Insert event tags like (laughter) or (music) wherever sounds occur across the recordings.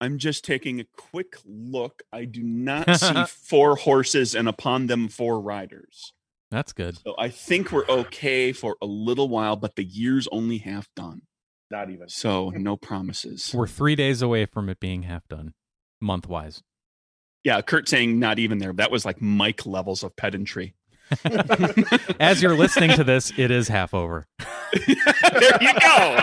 I'm just taking a quick look. I do not (laughs) see four horses and upon them four riders. That's good. So I think we're okay for a little while, but the year's only half done. Not even. So no promises. We're three days away from it being half done, month (laughs) wise. Yeah, Kurt saying not even there. That was like Mike levels of pedantry. (laughs) As you're listening to this, it is half over. there you (laughs) go.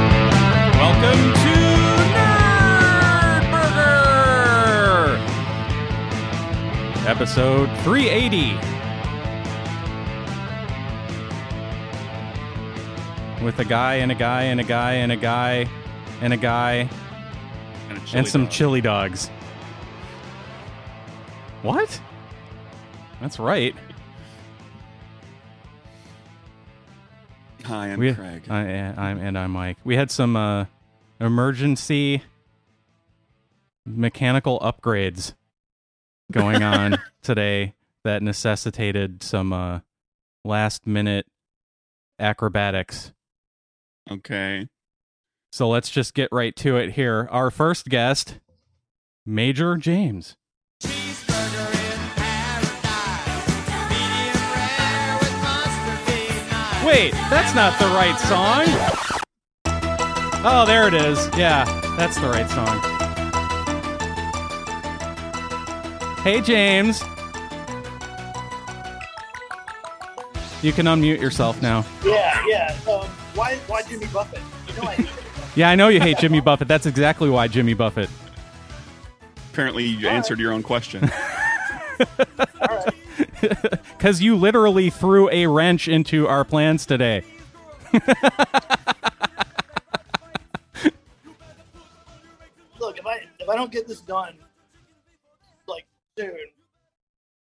Welcome to Nerd Burger, episode 380. With a guy and a guy and a guy and a guy and a guy And, a chili and some dog. chili dogs. What? That's right. Hi, I'm We- Craig. I, I'm and I'm Mike. We had some uh, emergency mechanical upgrades going on today that necessitated some uh, last minute acrobatics. okay. So let's just get right to it here. Our first guest, Major James. Wait, that's not the right song. Oh, there it is. Yeah, that's the right song. Hey, James. You can unmute yourself now. Yeah, yeah. Um, why, why Jimmy Buffett? You know, I, Yeah, I know you hate Jimmy Buffett. That's exactly why Jimmy Buffett. Apparently, you answered your own (laughs) question. Because you literally threw a wrench into our plans today. (laughs) look, if I if I don't get this done, like soon,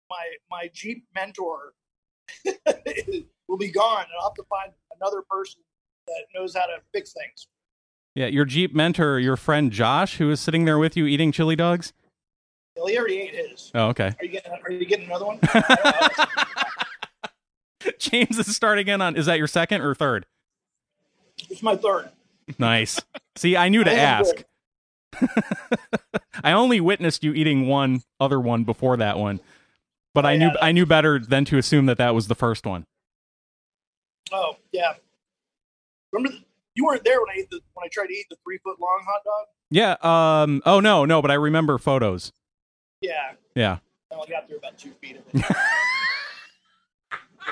my my Jeep mentor (laughs) will be gone, and I'll have to find another person that knows how to fix things. Yeah, your Jeep mentor, your friend Josh, who is sitting there with you eating chili dogs. Well, he already ate his. Oh, okay. Are you getting Are you getting another one? I don't know. (laughs) James is starting in on. Is that your second or third? it's my third. Nice. See, I knew to I am ask. (laughs) I only witnessed you eating one other one before that one, but I knew I knew better than to assume that that was the first one. Oh yeah. Remember, the, you weren't there when I ate the, when I tried to eat the three foot long hot dog. Yeah. Um. Oh no, no. But I remember photos. Yeah, Yeah. I only got through about two feet of it. It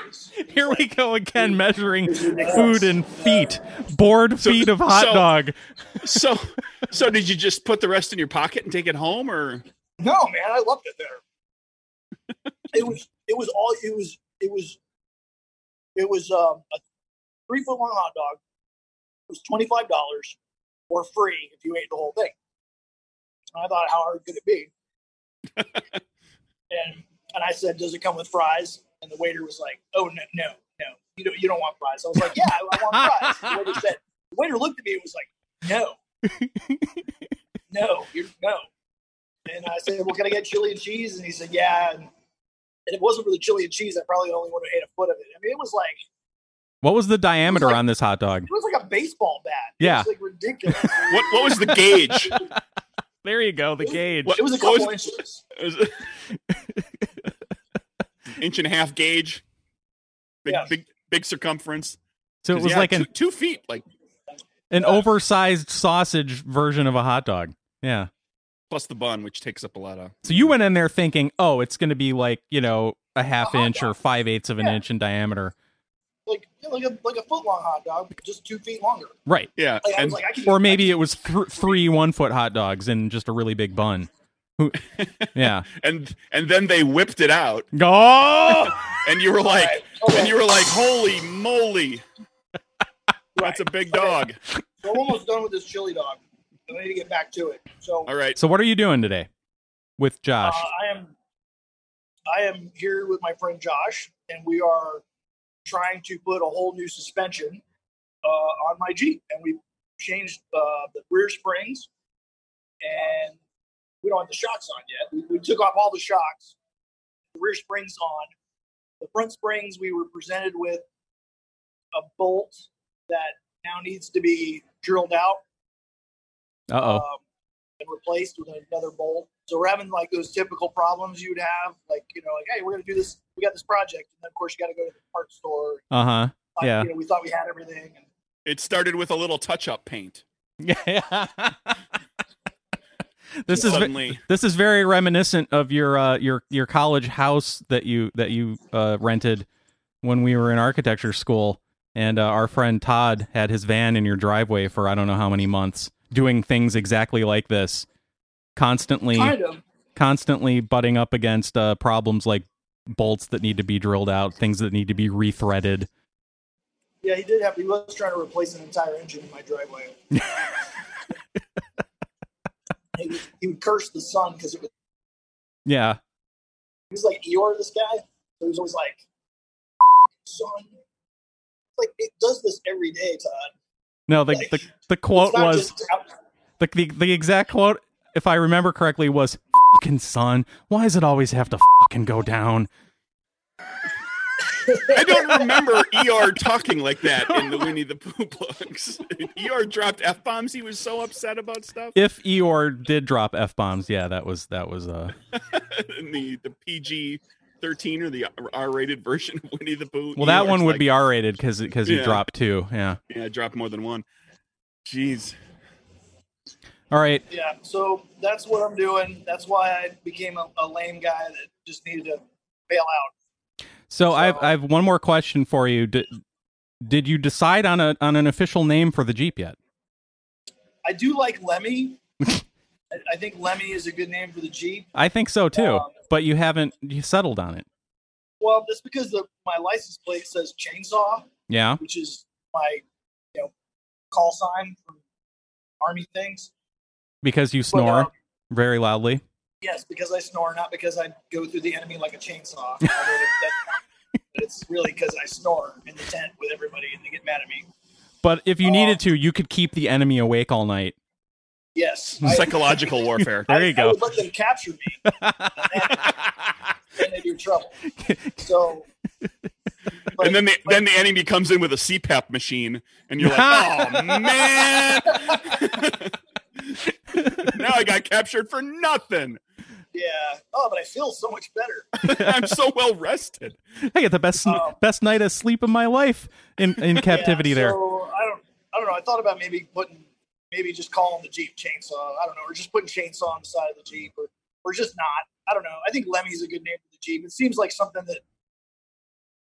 was- it was Here like- we go (laughs) again, measuring ridiculous. food and feet, board So- feet of hot so- dog. so, so did you just put the rest in your pocket and take it home, or No, man, I loved it there. (laughs) it was it was all it was it was it was um, a three foot long hot dog. It was twenty five dollars or free if you ate the whole thing. And I thought, how hard could it be? and and I said, does it come with fries? And the waiter was like, oh no no no, you don't you don't want fries. I was like, yeah, I, I want fries. The waiter said, the waiter looked at me and was like, no, no, you're no. And I said, Well, can I get chili and cheese? And he said, Yeah. And, and it wasn't for the chili and cheese, I probably only would have ate a foot of it. I mean, it was like What was the diameter like- on this hot dog? it was like a baseball bat. Yeah. It was like (laughs) ridiculous. what? What was the gauge? There you go, the gauge. What- it was a what was- couple inches. It was- inch and a half gauge, big, Yeah. big, big circumference. So it 'Cause, was yeah, like two, an, two feet. Like an oversized sausage version of a hot dog. Yeah. plus the bun, which takes up a lot of. So you went in there thinking, oh, it's going to be like, you know, a half A hot inch or dog. five eighths of an Yeah. inch in diameter. Like yeah, like a like a foot long hot dog, just two feet longer. Right. Yeah, Like, I and was Oh, like, I can Or maybe it was th- three one foot hot dogs and just a really big bun. (laughs) Who- yeah. and and then they whipped it out, Go. and you were like, Alright, okay. and you were like, holy moly, that's a big dog. So I'm almost done with this chili dog. I need to get back to it. So All right, so what are you doing today with uh, Josh? I am I am here with my friend Josh, and we are trying to put a whole new suspension uh, on my Jeep, and we changed uh, the rear springs, and we don't have the shocks on yet. We, we took off all the shocks, the rear springs on, the front springs we were presented with a bolt that now needs to be drilled out Uh oh. um, and replaced with another bolt. So we're having like those typical problems you'd have, like you know, like hey, we're gonna do this, we got this project, and then of course you got to go to the part store. Uh huh. Like, Yeah. you know, we thought we had everything, and It started with a little touch-up paint. (laughs) Yeah. this is ve- suddenly this is very reminiscent of your uh, your your college house that you that you uh, rented when we were in architecture school, and uh, our friend Todd had his van in your driveway for I don't know how many months, doing things exactly like this, constantly kind of constantly butting up against uh, problems like bolts that need to be drilled out, things that need to be rethreaded. yeah, he did have. He was trying to replace an entire engine in my driveway. (laughs) he, would, he would curse the sun because it was Yeah, he was like Eeyore, this guy. So he was always like, son. Like, it does this every day, Todd. no the Like, the, the quote It's not was just out- The, the the exact quote, if I remember correctly, was "Fucking son, why does it always have to fucking go down?" I don't remember ER talking like that in (laughs) the Winnie the Pooh books. (laughs) ER dropped f bombs. He was so upset about stuff. If Eeyore did drop f bombs, yeah, that was that was uh in the the PG thirteen or the R rated version of Winnie the Pooh. well that ER's one would like, be R rated because because he Yeah. dropped two. Yeah. yeah dropped more than one. (laughs) Jeez, All right. yeah, so that's what I'm doing. That's why I became a, a lame guy that just needed to bail out. So, I've I've one more question for you. Did, did you decide on a on an official name for the Jeep yet? I do like Lemmy. I, I think Lemmy is a good name for the Jeep. I think so too, Um, but you haven't you settled on it. Well, that's because the, my license plate says chainsaw, Yeah. which is my you know call sign from Army things. Because you But, snore um, very loudly. Yes, because I snore, not because I go through the enemy like a chainsaw. Although that- but it's really because I snore in the tent with everybody and they get mad at me. But if you uh, needed to, you could keep the enemy awake all night. Yes. psychological warfare. There I- you I go. would let them capture me and they'd be in trouble. So. but- and then the but- then the enemy comes in with a CPAP machine, and (laughs) you're like, oh man. now I got captured for nothing. yeah. Oh, but I feel so much better. I'm so well rested. I get the best Um, Oh. best night of sleep of my life in (laughs) in (laughs) captivity Yeah, there. So I don't, I don't know. I thought about maybe putting, maybe just calling the Jeep chainsaw. I don't know, or just putting chainsaw on the side of the Jeep, or or just not. I don't know. I think Lemmy's a good name for the Jeep. It seems like something that,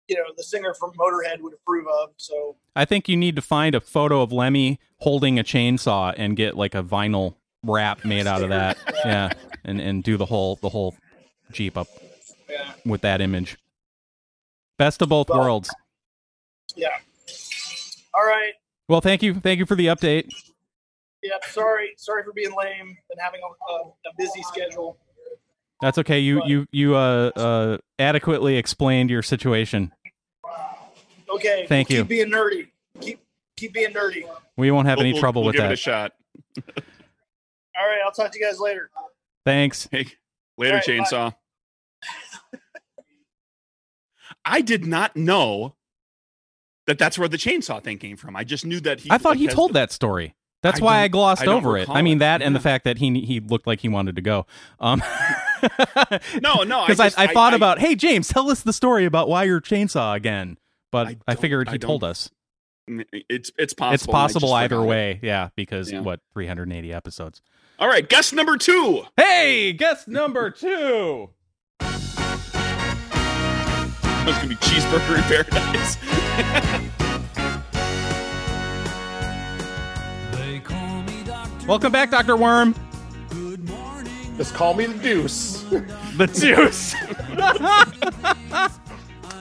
you know, the singer from Motorhead would approve of. So I think you need to find a photo of Lemmy holding a chainsaw and get like a vinyl (laughs) wrap made out of that. Yeah, and and do the whole the whole Jeep up yeah, with that image. Best of both Well- worlds. yeah. All right. Well, thank you, thank you for the update. Yeah. Sorry, sorry for being lame and having a, a, a busy schedule. That's okay. You you you uh, uh adequately explained your situation. Okay. Thank you. Keep being nerdy. Keep keep being nerdy. We won't have any We'll- trouble we'll with give It a that. shot. All right. I'll talk to you guys later. Thanks. Hey, later, All right, bye. chainsaw. I did not know that that's where the chainsaw thing came from. I just knew that he. I thought he has told the- that story. That's I why I don't- glossed I don't over it. recall I mean it. that and the Yeah. fact that he he looked like he wanted to go. Um (laughs) No, no, because I, just- I, thought about, hey James, tell us the story about why your chainsaw again. But I I, don't- figured he I told don't- us. it's it's possible. and it's I just possible either forgot it. way, yeah. Because Yeah. what, 380 episodes? All right, guess number two. Hey, guest number two. That was gonna be cheeseburger in paradise. Welcome back, (laughs) Doctor Worm. (laughs) Just call me the Deuce. The Deuce.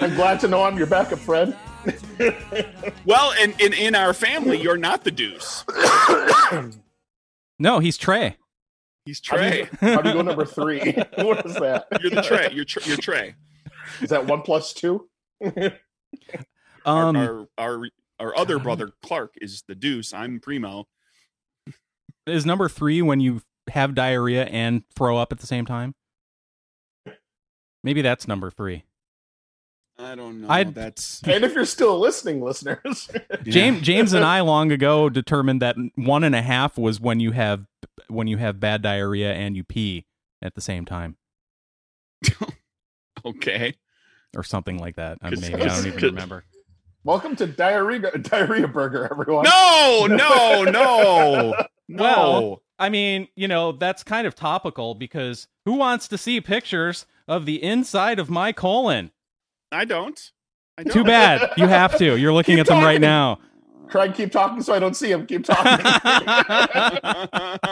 I'm glad to know I'm your backup friend. Well, and in, in our family, you're not the deuce. no, he's Trey. He's How do (laughs) you- Trey. How do you go (laughs) number three? (laughs) what is that? You're the Trey. You're, tr- you're Trey. Is that one (laughs) plus two? Our- Um, our, our our other brother Clark is the deuce. I'm primo. is number three when you have diarrhea and throw up at the same time? Maybe that's number three. I don't know. I'd- That's And if you're still listening, listeners, (laughs) (laughs) James James and I long ago determined that one and a half was when you have when you have bad diarrhea and you pee at the same time (laughs) Okay. or something like that. I mean, Cause- maybe I don't even cause- remember. welcome to Diarrhea Diarrhea Burger, everyone. No, (laughs) no, no, no. Well- I mean, you know, that's kind of topical because who wants to see pictures of the inside of my colon? I don't. I don't. Too bad. You have to. You're looking at them right now. Craig, keep talking so I don't see him. Keep talking. (laughs)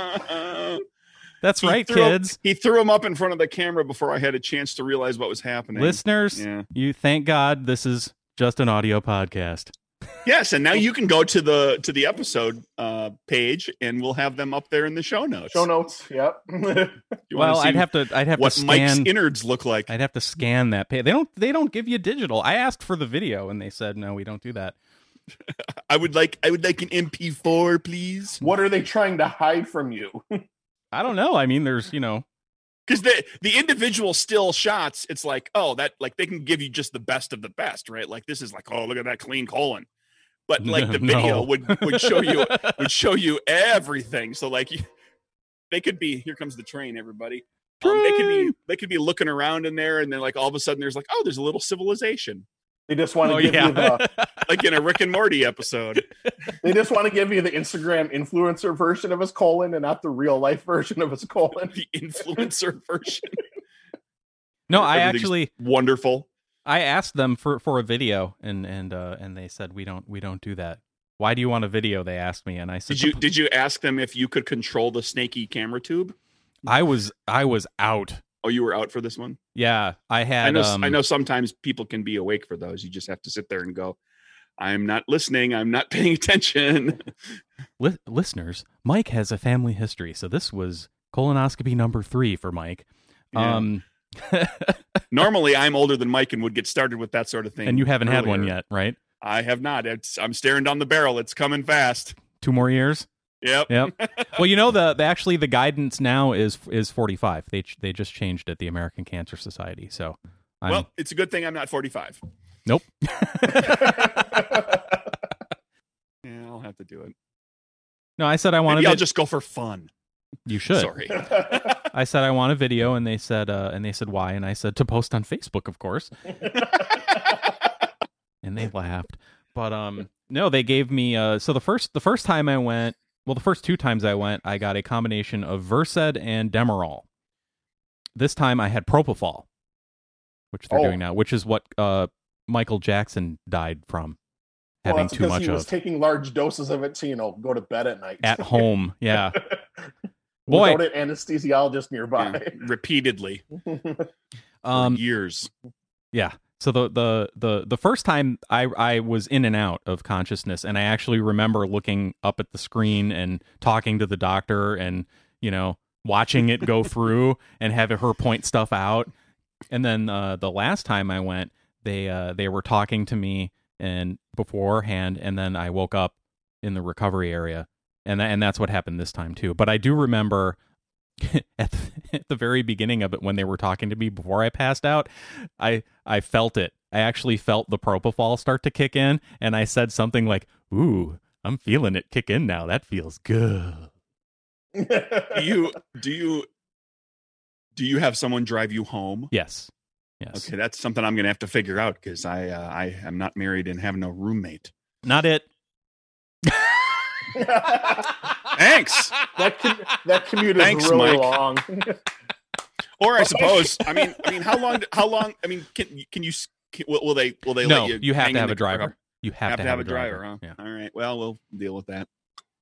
That's He right, threw 'em- kids. (laughs) he threw him up in front of the camera before I had a chance to realize what was happening. Listeners, Yeah. you thank God this is just an audio podcast. Yes, and now you can go to the to the episode uh, page, and we'll have them up there in the show notes. Show notes. Yep. (laughs) You wanna Well, see I'd have to I'd have to what Mike's scan innards look like. I'd have to scan that page. They don't they don't give you digital. I asked for the video and they said no, we don't do that. I would like I would like an MP4, please, what are they trying to hide from you? (laughs) I don't know. I mean, there's, you know, because the the individual still shots. It's like oh that like they can give you just the best of the best, right? Like this is like oh look at that clean colon, but (laughs) like the No. video would would show (laughs) you would show you everything. So like you- they could be here comes the train, everybody. Um, they could be they could be looking around in there, and then like all of a sudden there's like oh there's a little civilization, They just want to Oh, give yeah. you uh, the like in a Rick and Morty episode. (laughs) they just want to give you the Instagram influencer version of his colon and not the real life version of his (laughs) colon. (laughs) the influencer (laughs) version, (laughs) No, I Everything's- actually wonderful. I asked them for for a video and and uh and they said we don't we don't do that. Why do you want a video? They asked me and I said Did you did you ask them if you could control the snaky camera tube? I was I was out. Oh, you were out for this one. Yeah, I had I know. um, I know. Sometimes people can be awake for those. You just have to sit there and go. I'm not listening. I'm not (laughs) paying attention. li- listeners, Mike has a family history, so this was colonoscopy number 3 for Mike. Yeah. Um Normally, I'm older than Mike and would get started with that sort of thing. and you haven't had one earlier. yet, right? I have not. It's, I'm staring down the barrel. It's coming fast. Two more years? Yep. Yep. well, you know the, the actually the guidance now is is 45. They ch- they just changed it the American Cancer Society. So I'm Well, it's a good thing I'm not 45. Yeah, I'll have to do it. No, I said I wanted Maybe I'll it- just go for fun. you should. Sorry. I said I want a video, and they said, uh, and they said why, and I said to post on Facebook, of course, and they laughed. But um, no, they gave me uh, so the first the first time I went, well, the first two times I went, I got a combination of Versed and Demerol. This time I had propofol, which they're Oh. doing now, which is what uh Michael Jackson died from Well, having that's too because much he was of taking large doses of it to you know go to bed at night. (laughs) at home. Yeah, boy. Without an anesthesiologist nearby. Yeah, Repeatedly for Um, years. Yeah. So the the the the first time I I was in and out of consciousness, and I actually remember looking up at the screen and talking to the doctor, and you know watching it go through and having her point stuff out. And then uh, the last time I went, they uh, they were talking to me and beforehand, and then I woke up in the recovery area, and tha- and that's what happened this time too. But I do remember. (laughs) At the, at the very beginning of it, when they were talking to me before I passed out, I I felt it. I actually felt the propofol start to kick in, and I said something like, "Ooh, I'm feeling it kick in now. That feels good." (laughs) Do Mm. you do you do you have someone drive you home? Yes, yes. Okay, that's something I'm gonna have to figure out because I uh, I am not married and have no roommate. Not it. Thanks. that com- that commute is Thanks, really Mike. long. Or I suppose I mean I mean how long how long I mean can can you can, will, will they will they no, let you you, have hang to in have the a driver. car? You have, to have, a driver. huh? All right. Well, we'll deal with that.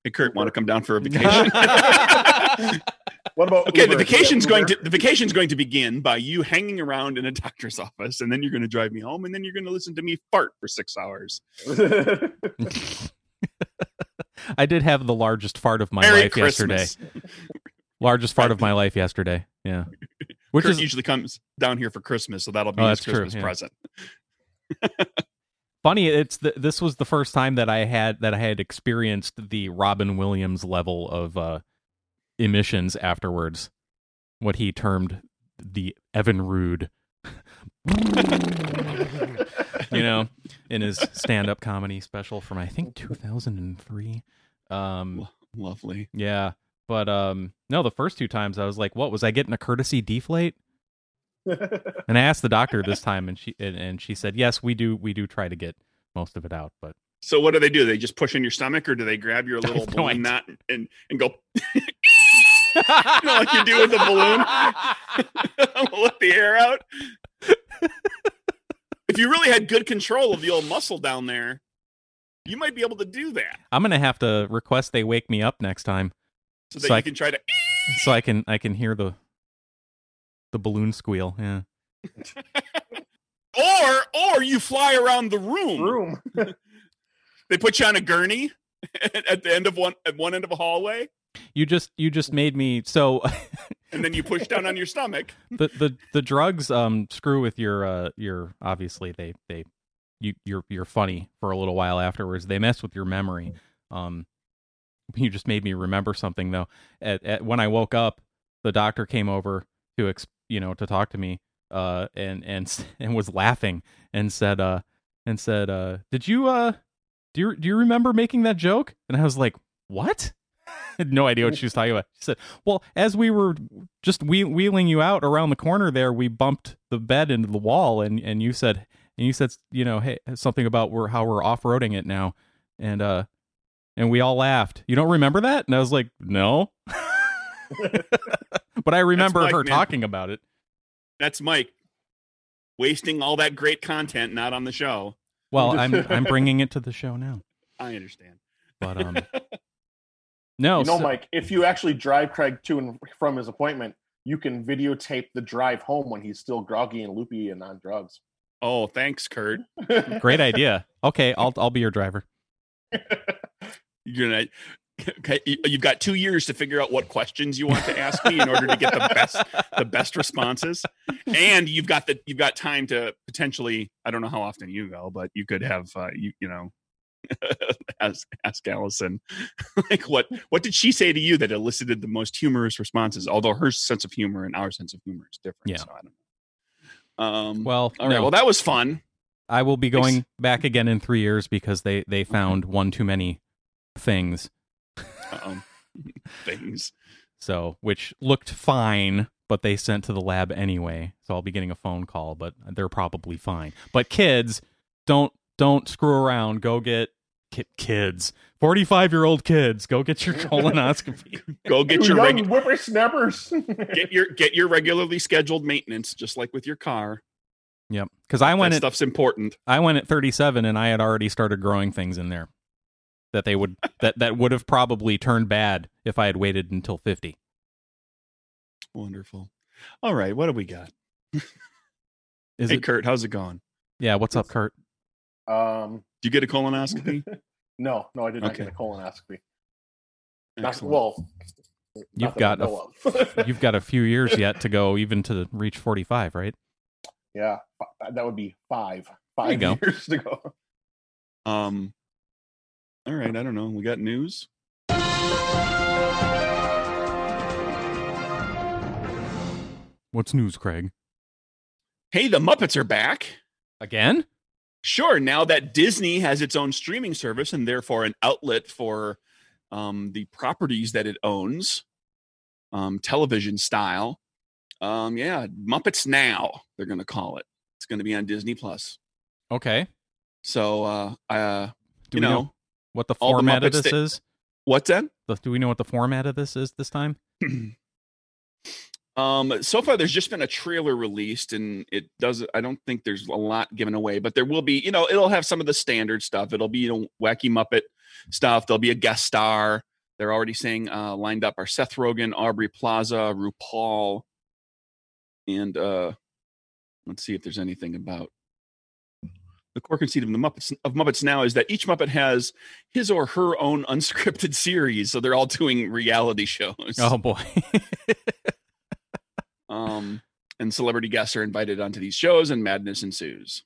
Hey Kurt, want to come down for (laughs) a vacation? (laughs) Yeah. What about Okay, the Uber? vacation's Uber? going to the vacation's going to begin by you hanging around in a doctor's office, and then you're going to drive me home, and then you're going to listen to me fart for six hours. (laughs) I did have the largest fart of my Merry life Christmas! yesterday. Largest fart of my life yesterday. (laughs) Yeah, which Kurt is usually comes down here for Christmas, so that'll be Oh, his that's true, Christmas yeah. present. funny it's the, this was the first time that i had that i had experienced the robin williams level of uh emissions afterwards what he termed the evan rude you know, in his stand-up comedy special from I think 2003. Um, Lovely. yeah, but um, no, the first two times I was like, "What was I getting a courtesy deflate?" And I asked the doctor this time, and she and, and she said, "Yes, we do. We do try to get most of it out, but So what do they do? They just push in your stomach, or do they grab (laughs) your little have no balloon idea. knot and and go? (laughs) know, like you do with a balloon. (laughs) I'm gonna let the air out. if you really had good control of the old muscle down there, you might be able to do that. I'm gonna have to request they wake me up next time So that So I- you can try to. so I can I can hear the the balloon squeal. Yeah. Or or you fly around the room. (laughs) Room. They put you on a gurney (laughs) at the end of one at one end of a hallway, You just you just made me so (laughs) and then you push down on your stomach. the the the drugs um screw with your uh your obviously they they you you're you're funny for a little while afterwards. They mess with your memory. Um you just made me remember something though. At, at when I woke up, the doctor came over to ex, you know to talk to me uh and and (laughs) s- and was laughing and said uh and said uh did you uh do you do you remember making that joke? And I was like, "What?" (laughs) I had no idea what she was talking about. She said, "Well, as we were just wheel- wheeling you out around the corner there, we bumped the bed into the wall, and and you said and you said you know hey something about we're how we're off roading it now, and uh and we all laughed. You don't remember that? And I was like, no, (laughs) but I remember Mike, her man. talking about it. That's Mike wasting all that great content not on the show. (laughs) Well, I'm I'm bringing it to the show now, I understand. but (laughs) um no you know, Oh, so- Mike, if you actually drive Craig to and from his appointment, you can videotape the drive home when he's still groggy and loopy and on drugs. Oh, thanks, Kurt. (laughs) great idea. Okay, I'll I'll be your driver. You're gonna okay. you- You've got two years to figure out what questions you want to ask (laughs) me in order to get the best the best responses, and you've got the you've got time to potentially. I don't know how often you go, but you could have uh, you you know. (laughs) ask, ask Allison, (laughs) like what what did she say to you that elicited the most humorous responses? Although her sense of humor and our sense of humor is different. Yeah. So I don't know. Um, well, (laughs) Well, all right. no. Well, that was fun. I will be going Ex- back again in three years because they they Mm-hmm. found one too many things. Um, (laughs) things. So which looked fine, but they sent to the lab anyway. So I'll be getting a phone call, but they're probably fine. But kids, don't don't screw around. Go get ki- kids. Forty five year old kids, go get (laughs) your colonoscopy. Go get your young regular. whippersnappers. (laughs) get your get your regularly scheduled maintenance, just like with your car. yep, because I went that at stuff's important. I went at thirty seven, and I had already started growing things in there that (laughs) they would that that would have probably turned bad if I had waited until fifty. Wonderful. All right, what do we got? Is hey, it? Kurt, how's it going? Yeah. (laughs) What's up, Kurt? um, Do you get a colonoscopy? (laughs) no, no, I did not get Okay. a colonoscopy. Not- Excellent. well, You've nothing I got a know of. You've got a few years yet to go, even to reach forty five, right? yeah, fi- that would be five. There you Five go. years to go. um. All right, I don't know. We got news. What's news, Craig? Hey, the Muppets are back. Again? Sure. Now that Disney has its own streaming service and therefore an outlet for um, the properties that it owns, um, television style. Um, yeah, Muppets Now. They're going to call it. It's going to be on Disney Plus. Okay. So, uh, uh, Do you we know, know, what the all the format of Muppets this that- is? what then? The- do we know what the format of this is this time? Um, so far, there's just been a trailer released, and it doesn't. I don't think there's a lot given away, but there will be. You know, it'll have some of the standard stuff. It'll be you know wacky Muppet stuff. There'll be a guest star. They're already saying uh, lined up are Seth Rogen, Aubrey Plaza, RuPaul, and uh, let's see if there's anything about the core conceit of the Muppets of Muppets now is that each Muppet has his or her own unscripted (laughs) series, so they're all doing reality (laughs) shows. Oh boy. (laughs) um, and celebrity guests are invited onto these shows, and madness ensues.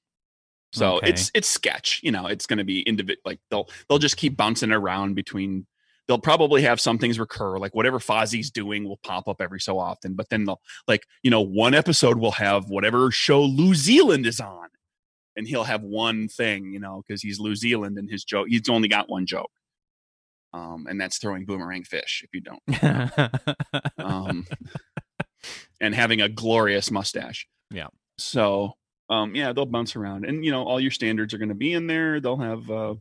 So Okay. it's it's sketch, you know. It's going to be individ like they'll they'll just keep bouncing around between. they'll probably have some things recur, like whatever Fozzie's doing will pop up every so often. But then they'll like, you know, one episode will have whatever show New Zealand is on. And he'll have one thing, you know, because he's New Zealand and his joke he's only got one joke. Um, and that's throwing boomerang fish if you don't. Um and having a glorious mustache. Yeah. So um yeah, they'll bounce around. And you know, all your standards are gonna be in there. They'll have uh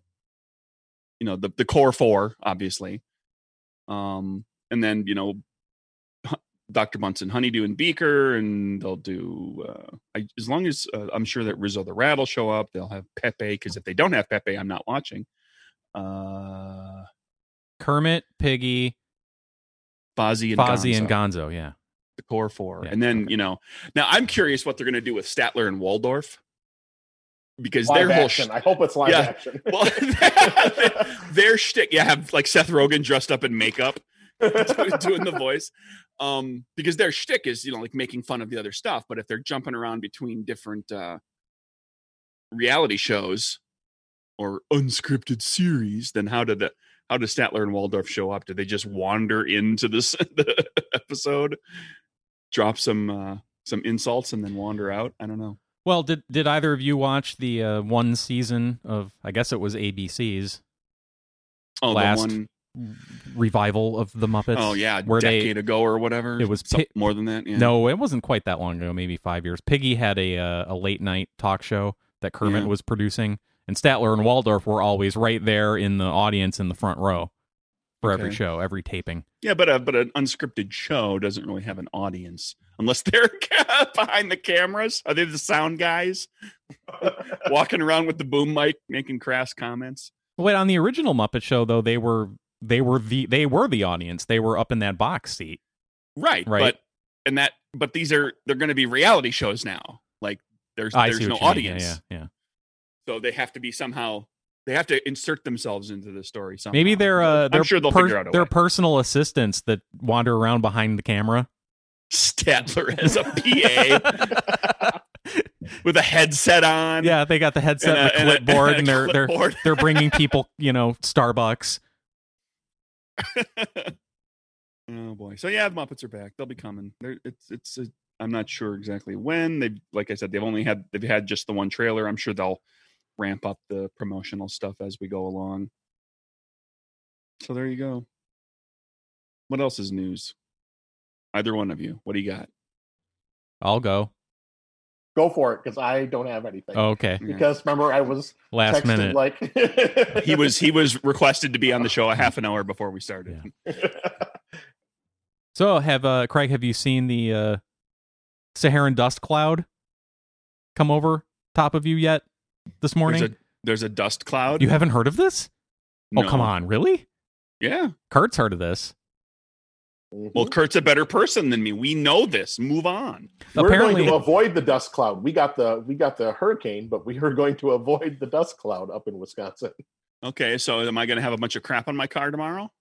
you know the the core four obviously um and then you know Hu- dr bunsen honeydew and beaker and they'll do uh I, as long as uh, i'm sure that rizzo the rat will show up they'll have pepe because if they don't have pepe i'm not watching uh Kermit, Piggy, fozzie and Fozzie, Gonzo, and Gonzo. Yeah. the core four Yeah, and then okay. you know now i'm curious what they're going to do with statler and waldorf because Live their whole action. sh- I hope it's live Yeah. action. (laughs) well, (laughs) their shtick, yeah, have like Seth Rogen dressed up in makeup, (laughs) doing, doing the voice, um, because their shtick is you know like making fun of the other stuff. But if they're jumping around between different uh, reality shows or unscripted series, then how did the how does Statler and Waldorf show up? Do they just wander into this (laughs) the episode, drop some uh, some insults, and then wander out? I don't know. Well, did did either of you watch the uh, one season of I guess it was ABC's Oh, Last the one revival of the Muppets? oh yeah, a where they- decade ago or whatever. It was Some- pi- more than that. Yeah. No, it wasn't quite that long ago. Maybe five years. Piggy had a uh, a late night talk show that Kermit Yeah. was producing, and Statler and Waldorf were always right there in the audience in the front row for every Okay. show, every taping. Yeah, but a, but an unscripted show doesn't really have an audience unless (laughs) they're behind the cameras. Are they the sound (laughs) guys walking around with the boom mic making crass comments? Wait, on the original Muppet Show though, they were they were the they were the audience. They were up in that box seat. Right, Right. But and that but these are they're going to be reality shows now. Like there's I there's see no what you mean. audience, Yeah, yeah, yeah. so they have to be somehow they have to insert themselves into the story. Somehow. Maybe they're uh, they're sure they'll figure out a they're way. personal assistants that wander around behind (laughs) the camera. (laughs) Statler as a (laughs) PA with a headset on. yeah, they got the headset and, a- the a- (laughs) clipboard, a and, they're they're clipboard. they're bringing people, you know, Starbucks. (laughs) oh boy. So yeah, the Muppets are back. They'll be coming. They're, it's it's. A, I'm not sure exactly when they. have Like I said, they've only had they've had just the one trailer. I'm sure they'll ramp up the promotional stuff as we go along. So there you go. What else is news? Either one of you. What do you (laughs) got? (laughs) I'll go. (laughs) Go for it, because I don't have anything. Oh, okay, Yeah. Because remember, I was last texted, minute. (laughs) Like He (laughs) was he was requested to be on the show a half an hour before we started. Mhm. So have uh, Craig? Have you seen the uh, Saharan dust cloud come over top of you yet this There's morning? a there's a dust cloud. You haven't heard of this? Oh No. come on, really? Yeah. Kurt's heard of this. Well, Kurt's a better person than me. We know this. Move on. we're Apparently, going to avoid the dust cloud. We got the we got the hurricane, but we are going to avoid the dust cloud up in Wisconsin. Okay, so am I going to have a bunch of crap on my car tomorrow?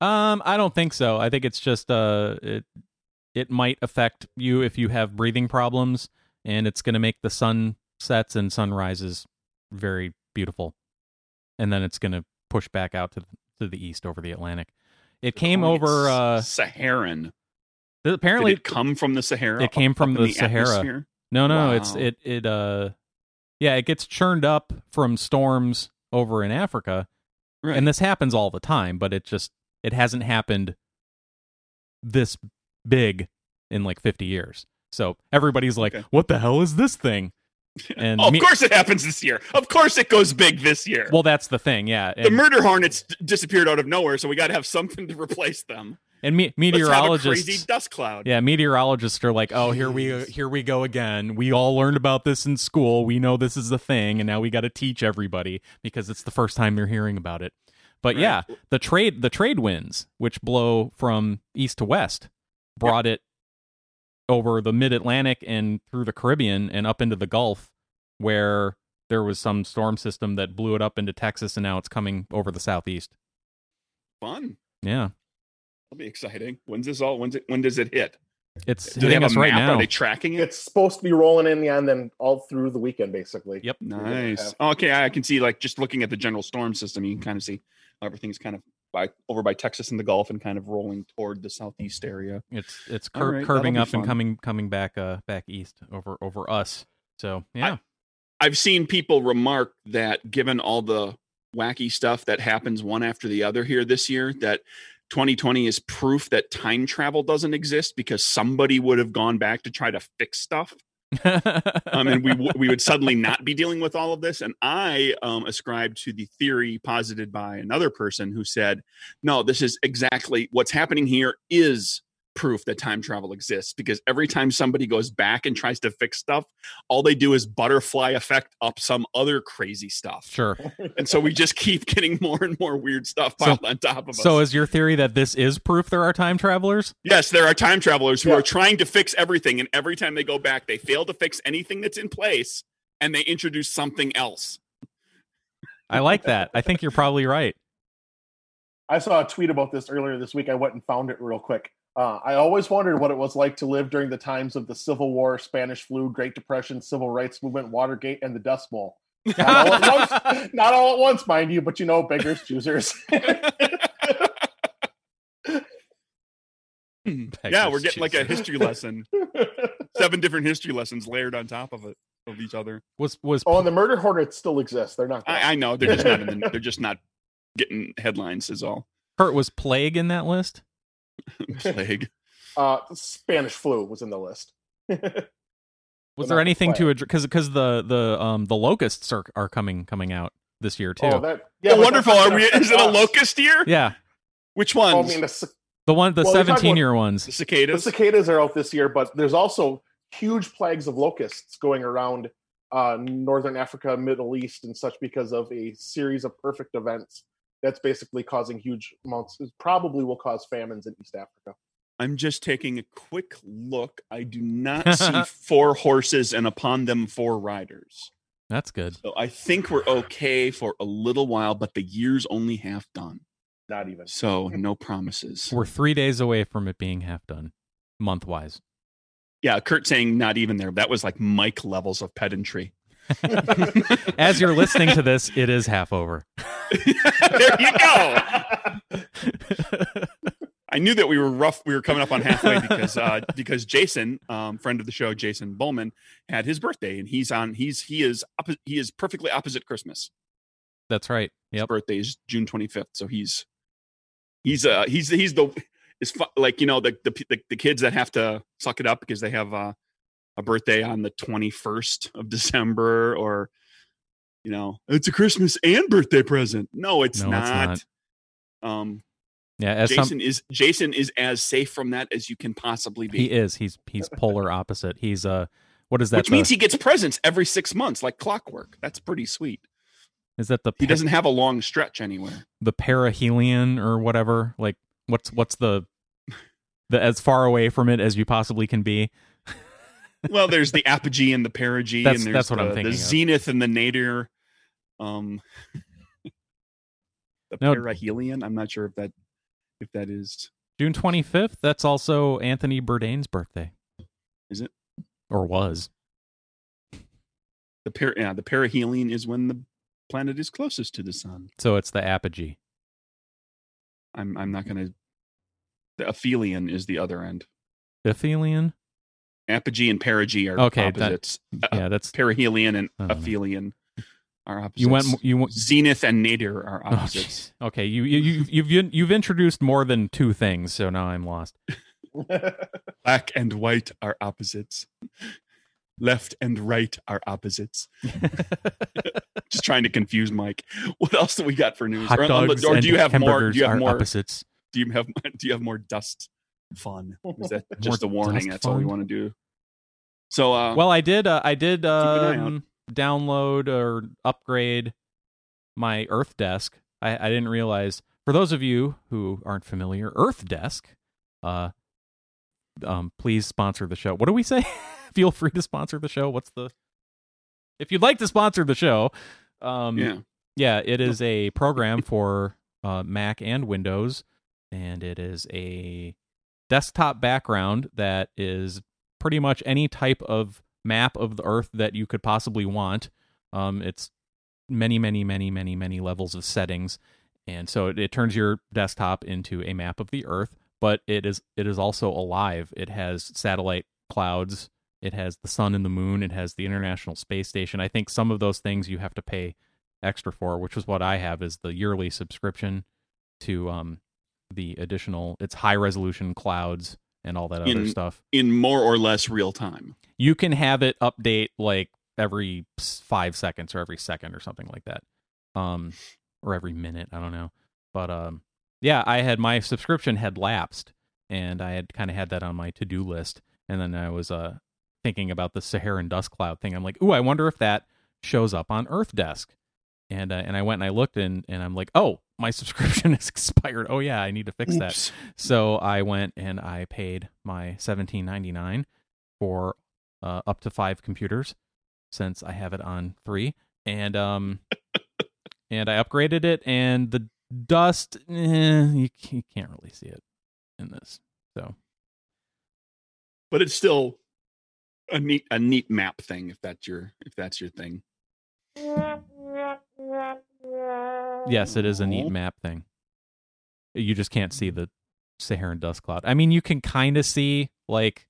Um, I don't think so. I think it's just uh, it it might affect you if you have breathing problems, and it's going to make the sunsets and sunrises very beautiful, and then it's going to push back out to to the east over the Atlantic. It came Calling it over. Uh, Oh, S- Saharan. th- Did apparently, it come from the Sahara? it came up- from up in the Sahara. atmosphere? no, no, it's Wow. it it uh, yeah, it gets churned up from storms over in Africa, Right. and this happens all the time but it just it hasn't happened this big in like 50 years so everybody's like Okay. what the hell is (laughs) this thing and oh, of me- course it happens this year. Of course it goes big this year. well that's the thing yeah the and, murder hornets d- disappeared out of nowhere, so we got to have something to replace them. and me- Let's have a crazy meteorologists dust cloud. yeah meteorologists are like oh here we Jeez. here we go again we all learned about this in school we know this is a thing and now we got to teach everybody because it's the first time they're hearing about it but Right. yeah the trade the trade winds which blow from east to west brought it over the mid Atlantic and through the Caribbean and up into the Gulf where there was some storm system that blew it up into Texas and now it's coming over the southeast. Fun. Yeah. That'll be exciting. When's this all? When's it? When does it hit? It's Do they hitting have a us right map? now. Are they tracking it? It's supposed to be rolling in the end and all through the weekend, basically. Yep. We're gonna Nice. Oh, have- okay, I can see like just looking at the general storm system, you can kind of see how everything's kind of by over by Texas and the Gulf and kind of rolling toward the southeast area. It's it's All cur- right, curving that'll up be and fun. coming coming back uh back east over over us. So yeah, I've seen people remark that given all the wacky stuff that happens one after the other here this year, that 2020 is proof that time travel doesn't exist because somebody would have gone back to try to fix stuff. um, and (laughs) we w- we would suddenly not be dealing with all of this. And I um, ascribe to the theory posited by another person who said, "No, this is exactly what's happening here is proof that time travel exists because every time somebody goes back and tries to fix stuff, all they do is butterfly effect up some other crazy stuff, sure. and so we just keep getting (laughs) more and more weird stuff So- piled on top of us. So is your theory that this is proof there are time travelers? Yes, there are time travelers who Yeah. are trying to fix everything, and every time they go back, they fail to fix anything that's in place, and they introduce something else. I like that. I think you're (laughs) probably right. I saw a tweet about this earlier this week. I went and found it real quick. Uh, I always wondered what it was like to live during the times of the Civil War, Spanish flu, Great Depression, Civil Rights Movement, Watergate, and the Dust Bowl. Not all (laughs) (laughs) at once, not all at once mind you, but you know, beggars, (laughs) choosers. yeah, we're getting like a history lesson, seven different history lessons layered on top of it of each other. was was oh, and the murder hornets still exist. They're not. gone. I, I know they're just not (laughs) in the, they're just not getting headlines is all. (laughs) Kurt was plague in that list? Plague. uh, Spanish flu was in the list. Was there But not anything to plague. address because because the the um the locusts are are coming coming out this year too? (laughs) Oh, that yeah, Yeah, but wonderful. that's Are not we? gonna Is it affect a us. locust year? yeah, Which Well, I ones? mean, the, the one the Well, you're talking seventeen year the ones. the cicadas. cicadas are out this year, but there's also huge plagues of locusts going around uh, northern Africa, Middle East, and such because of a series of perfect events that's basically causing huge amounts. It probably will cause famines in East Africa. I'm just taking a quick look. I do not (laughs) see four horses and upon them four riders. That's good. So I think we're okay for a little while, but the year's only half done. Not even. So no promises. We're three days away from it being half done, month wise. Yeah, Kurt saying not even there. That was like Mike levels of pedantry. As you're listening to this, it is half over. (laughs) there you go. I knew that we were rough. We were coming up on halfway because uh, because Jason, um, friend of the show, Jason Bowman, had his birthday, and he's on. He's he is oppo- he is perfectly opposite Christmas. That's right. His Yep. birthday is June 25th, so he's he's uh he's he's the is fu- like you know the, the the the kids that have to suck it up because they have uh, a birthday on the 21st of December or you know it's a Christmas and birthday present. No, it's, No, not. it's not. Um Yeah. As Jason some, is Jason is as safe from that as you can possibly be. he is. He's he's polar opposite. He's uh what is that? Which means he gets presents every 6 months like clockwork. That's pretty sweet. he, is that the He pa- doesn't have a long stretch anywhere. the perihelion or whatever? Like what's what's the the as far away from it as you possibly can be? well, there's the apogee and the perigee, That's- and there's that's what the, I'm thinking the of. zenith and the nadir. Um, (laughs) the No. perihelion. I'm not sure if that if that is. June twenty fifth. That's also Anthony Bourdain's birthday. Is it? Or was? The per yeah, the perihelion is when the planet is closest to the sun. So it's the apogee. I'm I'm not gonna. The aphelion is the other end. Aphelion. Apogee and perigee are Okay, that- opposites. Uh, Yeah, that's Perihelion and I don't know. aphelion are opposites. you went. You went. zenith and nadir are Oh, opposites. jeez. (laughs) okay, you you you've- you've you've introduced more than two things, so now I'm lost. Black and white are opposites. Left and right are opposites. Just trying to confuse Mike. (laughs) What else do we got for news? Hot Or- dogs or and do you have more? hamburgers Do you are have more? opposites. Do you have? (laughs) Do you have more dust fun? Is (laughs) that just a More warning? dust That's all we fun? want to do. So, uh, Well, I did. Uh, I did eye out. um, download or upgrade my Earth Desk. I, I didn't realize. For those of you who aren't familiar, Earth Desk, uh, um, please sponsor the show. What do we say? (laughs) Feel free to sponsor the show. What's the? If you'd like to sponsor the show, um, yeah, yeah, it is a program for uh, Mac and Windows, and it is a desktop background that is pretty much any type of map of the Earth that you could possibly want. Um, it's many, many, many, many, many levels of settings, and so it, it turns your desktop into a map of the Earth. But it is it is also alive. It has satellite clouds. It has the sun and the moon. It has the International Space Station. I think some of those things you have to pay extra for, which is what I have is the yearly subscription to um the additional it's high resolution clouds and all that other In- stuff. in more or less real time. You can have it update like every s- 5 seconds or every second or something like that. Um or every minute, I don't know. But um yeah, I had my subscription had lapsed and I had kind of had that on my to-do list and then I was uh thinking about the Saharan dust cloud thing. I'm like, "Ooh, I wonder if that shows up on Earth Desk." And uh, and I went and I looked and and I'm like, "Oh, my (laughs) subscription has expired. Oh yeah, I need to fix that." Oops. So I went and I paid my seventeen ninety nine for uh, up to five computers, since I have it on three, and um, and I upgraded it, and the dust eh, you, c- you can't really see it in this. So But it's still a neat a neat map thing if that's your if that's your thing. yes, it is a neat Aw. map thing. You just can't see the Saharan dust cloud. I mean, you can kind of see like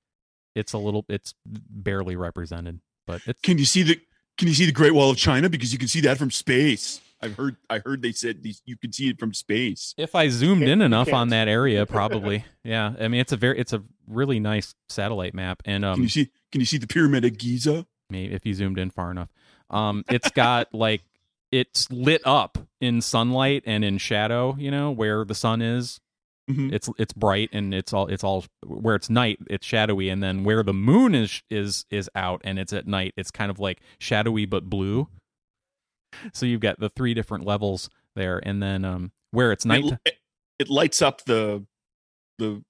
it's a little, it's barely represented, but it's Can you see the can you see the Great Wall of China because you can see that from space? I've heard I heard they said these, you can see it from space. If I zoomed in Can't- enough on can't. that area, probably. yeah. I mean, it's a very, it's a really nice satellite map, and can um, you see can you see the Pyramid of Giza? maybe if you zoomed in far enough, um, it's got like it's lit up in sunlight and in shadow. You know where the sun is, Mhm. it's it's bright and it's all it's all where it's night, it's shadowy, and then where the moon is is is out and it's at night, it's kind of like shadowy but blue. So you've got the three different levels there, and then um, where it's night. It, it lights up the the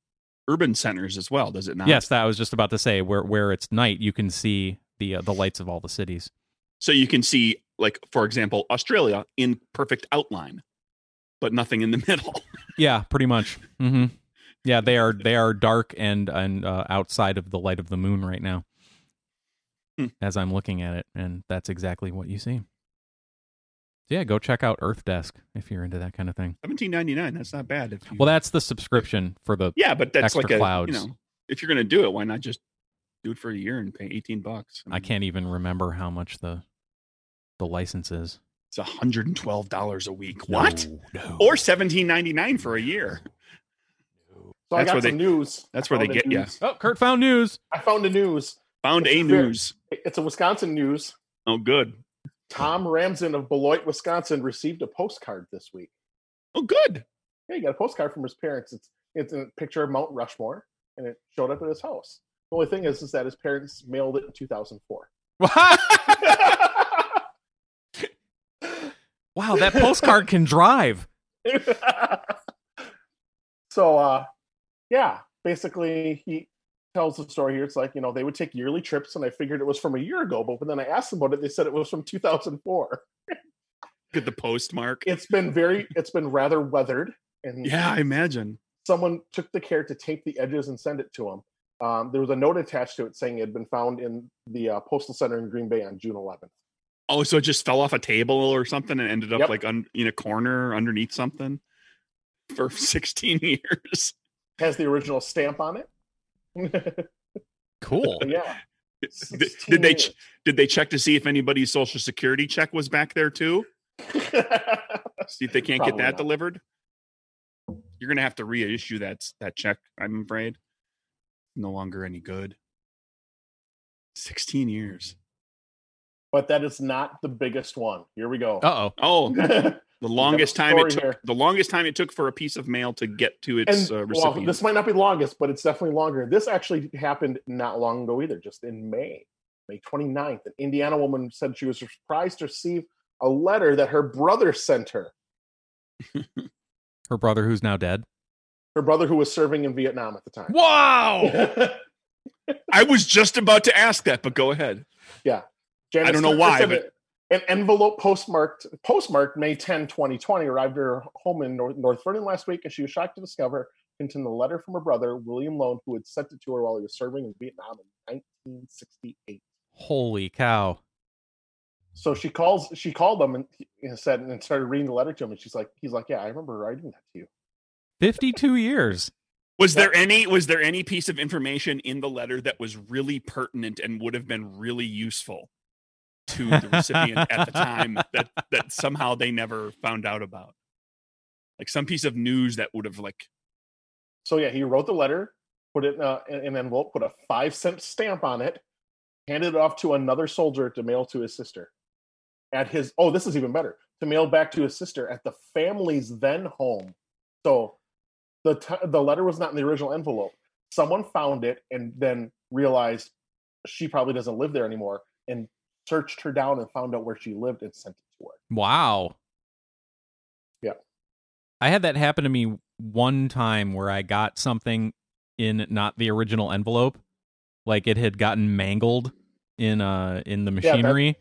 urban centers as well, does it not? Yes, that I was just about to say. Where where it's night, you can see the uh, the lights of all the cities. So you can see like for example Australia in perfect outline, but nothing in the (laughs) middle. Yeah, pretty much. hmm Yeah, they are they are dark and and uh, outside of the light of the moon right now. Hmm. As I'm looking at it, and that's exactly what you see. So yeah, go check out Earth Desk if you're into that kind of thing. Seventeen ninety nine. That's not bad. If you, Well, that's the subscription for the yeah, but that's extra like a clouds. you know if you're gonna do it, why not just do it for a year and pay eighteen bucks? I can't even remember how much the the license is. It's hundred and twelve dollars a week. What? No. Or seventeen ninety nine for a year. So I That's where got they- some news. that's where I they found a get ya. news. oh, Kurt found (laughs) news. I found a news. Found a news. It's a Wisconsin news. Oh, good. Tom Ramsden of Beloit, Wisconsin, received a postcard this week. Oh, good. Yeah, he got a postcard from his parents. It's it's a picture of Mount Rushmore, and it showed up at his house. The only thing is, is that his parents mailed it in 2004. wow, that postcard can drive. (laughs) so, uh, yeah, basically, he tells the story here. It's like you know they would take yearly trips, and I figured it was from a year ago, but when then I asked them about it, they said it was from 2004. Get the postmark. It's been very, it's been rather weathered, and Yeah, I imagine. someone took the care to tape the edges and send it to him. Um, there was a note attached to it saying it had been found in the uh, postal center in Green Bay on June 11th. Oh, so it just fell off a table or something and ended up Yep. like un- in a corner underneath something for (laughs) 16 years. Has the original stamp on it. (laughs) (laughs) Cool. yeah. (laughs) Did, did they ch- 16 did they check to see if anybody's social security check was back there too? See if they can't Probably get that not. delivered. You're gonna have to reissue that that check. I'm afraid. No longer any good. 16 years. (laughs) but that is not the biggest one. Here we go. Uh oh. (laughs) Oh, the longest time it story took. here. The longest time it took for a piece of mail to get to its uh, and well, recipient. this might not be longest, but it's definitely longer. This actually happened not long ago either, just in May, May 29th. An Indiana woman said she was surprised to receive a letter that her brother sent her. Her brother, who's now dead. her brother who was serving in Vietnam at the time. Wow. I was just about to ask that, but go ahead. (laughs) Janice I don't know Tucker why, said but- that an envelope postmarked postmarked May 10, 2020 arrived at her home in North, North Vernon last week and she was shocked to discover contained a letter from her brother, William Lone, who had sent it to her while he was serving in Vietnam in 1968. Holy cow. So she calls. She called them and and said and started reading the letter to him. And she's like, he's like, yeah, I remember writing that to you. 52 years. Was there any was there any piece of information in the letter that was really pertinent and would have been really useful to the recipient at the time that that somehow they never found out about? Like some piece of news that would have like So yeah, he wrote the letter, put it in, a, in an envelope, put a five cent stamp on it, handed it off to another soldier to mail to his sister. At his oh, this is even better to mail back to his sister at the family's then home. So the t- the letter was not in the original envelope. Someone found it and then realized she probably doesn't live there anymore and searched her down and found out where she lived and sent it to her. Wow. Yeah. I had that happen to me one time where I got something in not the original envelope. Like it had gotten mangled in uh in the that- machinery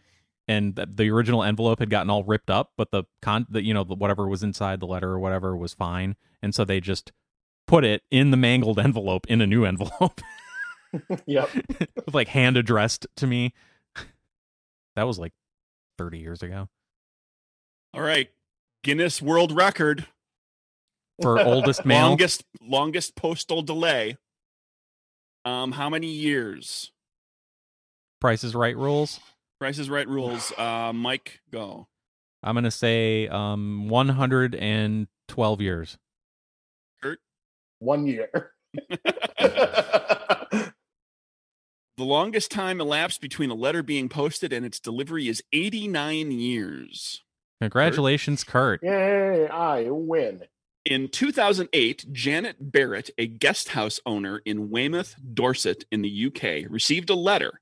and th- the original envelope had gotten all ripped up, but the con the, you know the, whatever was inside the letter or whatever was fine. And so they just put it in the mangled (laughs) envelope in a new envelope (laughs) Yep. (laughs) with like hand addressed to me. that was like 30 years ago all right, Guinness World Record, for oldest (laughs) male. longest longest postal delay. Um how many years? Price is Right rules. Price is right rules. Uh Mike go. I'm gonna say um 112 years. One year. (laughs) The longest time elapsed between a letter being posted and its delivery is 89 years. Congratulations, Kurt. Yay, I win. In 2008, Janet Barrett, a guest house owner in Weymouth, Dorset, in the UK, received a letter.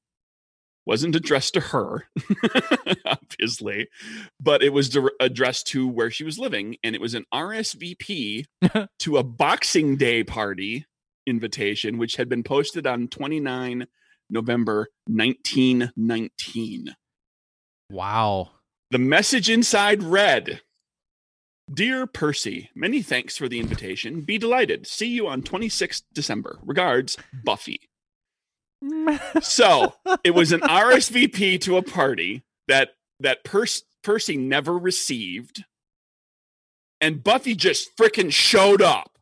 Wasn't addressed to her, (laughs) obviously, but it was dir- addressed to where she was living, and it was an RSVP to a Boxing Day party invitation, which had been posted on 29 November 1919. Wow. The message inside read Dear Percy, many thanks for the invitation. Be delighted. See you on 26th December. Regards, (laughs) Buffy. So it was an RSVP to a party that that Pers- Percy never received, and Buffy just freaking showed (laughs) up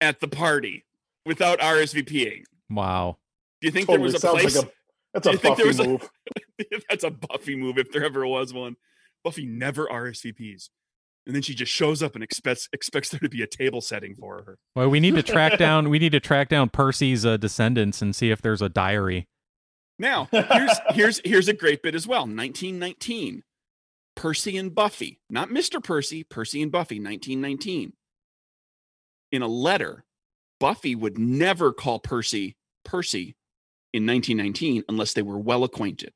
at the party without RSVPing. wow. Do you think Totally there was a sounds place? like a that's a You think there Buffy was a- move. (laughs) That's a Buffy move if there ever was one. Buffy never RSVPs. And then she just shows up and expects expects there to be a table setting for her. Well, we need (laughs) to track down. We need to track down Percy's uh, descendants and see if there's a diary. Now, (laughs) here's here's here's a great bit as well. 1919. Percy and Buffy. Not Mr. Percy, Percy and Buffy, 1919. In a letter, Buffy would never call Percy Percy in 1919 unless they were well acquainted.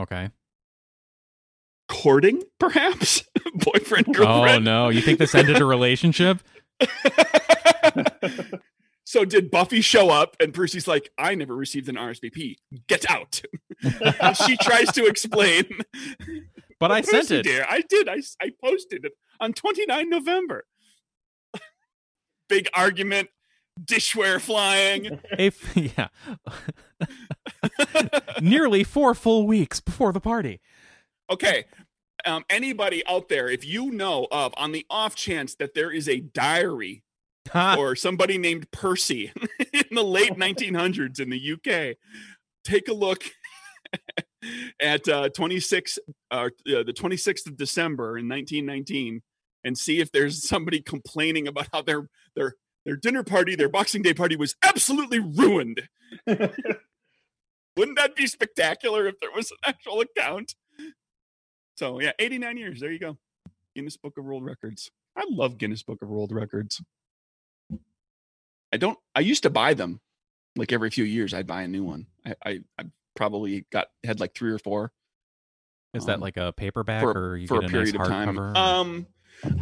Okay. Courting, perhaps? (laughs) Boyfriend, Oh girlfriend. no, you think this ended a relationship? so did Buffy show up and Percy's like, I never received an RSVP. Get out. (laughs) And she tries to explain. (laughs) But I "Percy, sent it. Dear, I did. I, s- I posted it on 29 November. (laughs) Big argument, dishware (laughs) flying. A (laughs) f- yeah. Nearly four full weeks before (laughs) the party. Okay. Um, anybody out there, if you know of, on the off chance that there is a diary (laughs) Ha. or somebody named Percy (laughs) in the late 1900s in the UK. Take a look (laughs) at uh, 26 uh, yeah, the 26th of December in 1919 and see if there's somebody complaining about how their their their dinner party, their Boxing Day party was absolutely ruined. Wouldn't that be spectacular if there was an actual account? So yeah, 89 years. There you go. Guinness Book of World Records. I love Guinness Book of World Records. I don't. I used to buy them, like every few years. I'd buy a new one. I I, I probably got had like three or four Is that um, like a paperback for or you for get a a, nice period of time. hardcover? Um,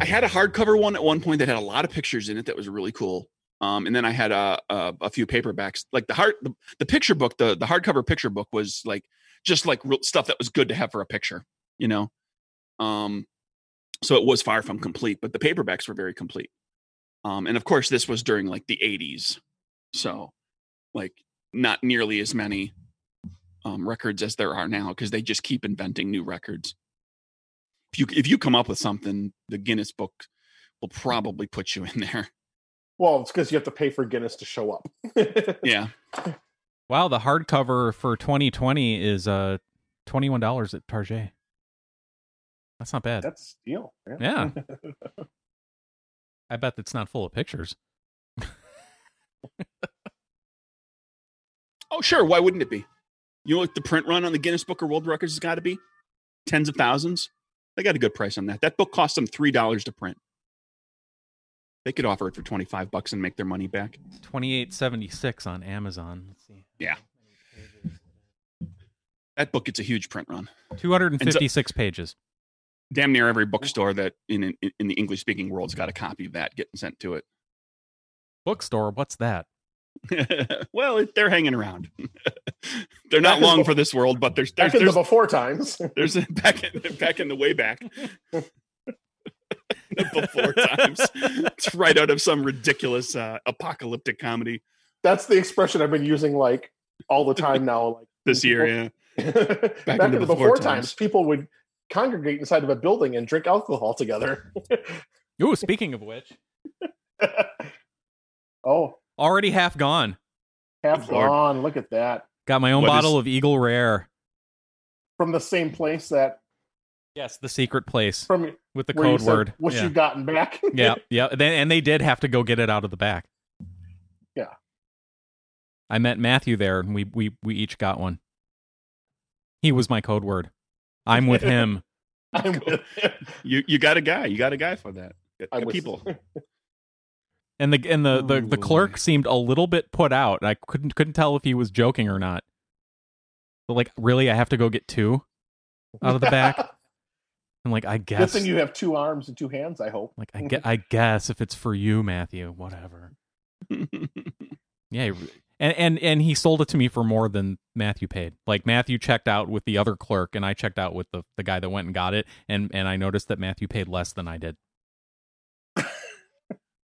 I had a hardcover one at one point that had a lot of pictures in it that was really cool. Um, and then I had a a, a few paperbacks. Like the hard the, the picture book, the the hardcover picture book was like just like real stuff that was good to have for a picture, you know. Um, so it was far from complete, but the paperbacks were very complete. Um, and of course, this was during like the '80s, so like not nearly as many um, records as there are now because they just keep inventing new records. If you if you come up with something, the Guinness Book will probably put you in there. (laughs) (laughs) Well, it's because you have to pay for Guinness to show up. (laughs) Yeah, Wow, the hardcover for 2020 is uh twenty one dollars at Target. That's not bad. That's a steal. Yeah. (laughs) I bet it's not full of pictures. Oh, sure. Why wouldn't it be? You know what the print run on the Guinness Book of World Records has got to be? Tens of thousands. They got a good price on that. That book cost them three dollars to print. They could offer it for twenty five bucks and make their money back. Twenty eight seventy six on Amazon. Let's see. Yeah. That book gets a huge print run. Two hundred and fifty six pages. Damn near every bookstore that in in, in the English speaking world's got a copy of that getting sent to Bookstore, what's that? it. (laughs) well, it, they're hanging around. (laughs) they're not Back in the long bo- for this world, but there's there's Back in the there's, before times. (laughs) there's a, (laughs) back in, back in the way back. (laughs) Before times. It's right out of some ridiculous uh, apocalyptic comedy That's the expression I've been using like all the time now. Like (laughs) this year. Yeah. Back, in in the before, times, people would congregate inside of a building and drink alcohol together. (laughs) Ooh, speaking of which, oh, already half gone. half Good lord. gone. Look at that. Got my own What is- bottle of Eagle Rare. From the same place that Yes, the secret place from with the where you code said, word. Wish yeah. you gotten back. (laughs) yeah, yeah. They, and they did have to go get it out of the back. Yeah. I met Matthew there, and we we we each got one. He was my code word. I'm (laughs) with him. I'm with (laughs) You you got a guy. You got a guy for that. Got- I'm got with- people. (laughs) And the and the, the, the Ooh. clerk seemed a little bit put out. I couldn't couldn't tell if he was joking or not. But like, really, I have to go get two out of the (laughs) back. I'm like, I Good guess. thing you Mm-hmm. have two arms and two hands. I hope. like, I, gue- I guess if it's for you, Matthew, whatever. Yeah, he re- and and and he sold it to me for more than Matthew paid. Like Matthew checked out with the other clerk, and I checked out with the the guy that went and got it, and and I noticed that Matthew paid less than I did.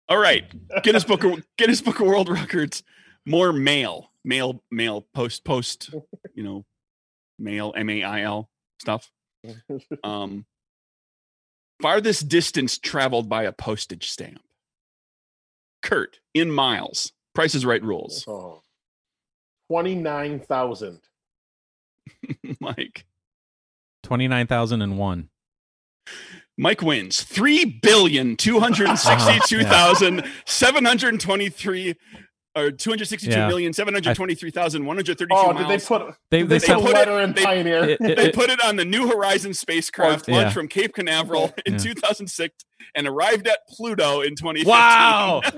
All right. Guinness Book of, Guinness Book of World Records. More mail, mail, mail, post, post. You know, mail, M A I L stuff. Um, farthest distance traveled by a postage stamp. Kurt in miles. Price is right (laughs) rules. (laughs) Oh. 29,000. Mike. Twenty nine thousand and one. Mike wins three billion two hundred sixty-two thousand seven hundred twenty-three or two hundred sixty-two Yeah. million seven hundred twenty-three thousand one hundred thirty-two Oh, did they miles. put They did they they, sell- put sold. put it- letter in they- Pioneer? it- it- They, put it on the New Horizons spacecraft Or- launched yeah. from Cape Canaveral in Yeah. 2006 and arrived at Pluto in 2015. (laughs) Wow. (laughs)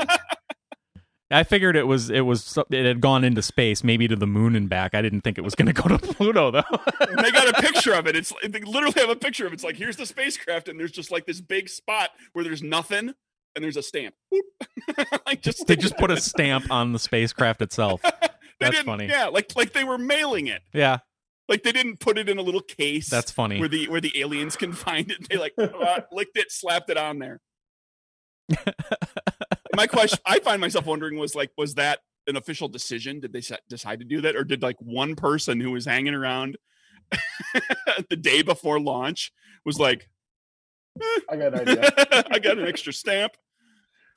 I figured it was it was so- it had gone into space, maybe to the moon and back. I didn't think it was going to go to (laughs) Pluto though. (laughs) And they got a picture of it. It's they literally have a picture of it. It's like here's the spacecraft and there's just like this big spot where there's nothing and there's a stamp. Boop. (laughs) like just they just put a stamp on the spacecraft itself. they that's didn't- funny. Yeah, like like they were mailing it. Yeah, Like they didn't put it in a little case. that's funny. where the where the aliens can (laughs) find it. They like uh, licked it, slapped it on (laughs) there. My question, I find myself wondering, was like, was that an official decision? Did they se- decide to do that, or did like one person who was hanging around (laughs) the day before launch was like, I (laughs) got an idea. I got an extra stamp.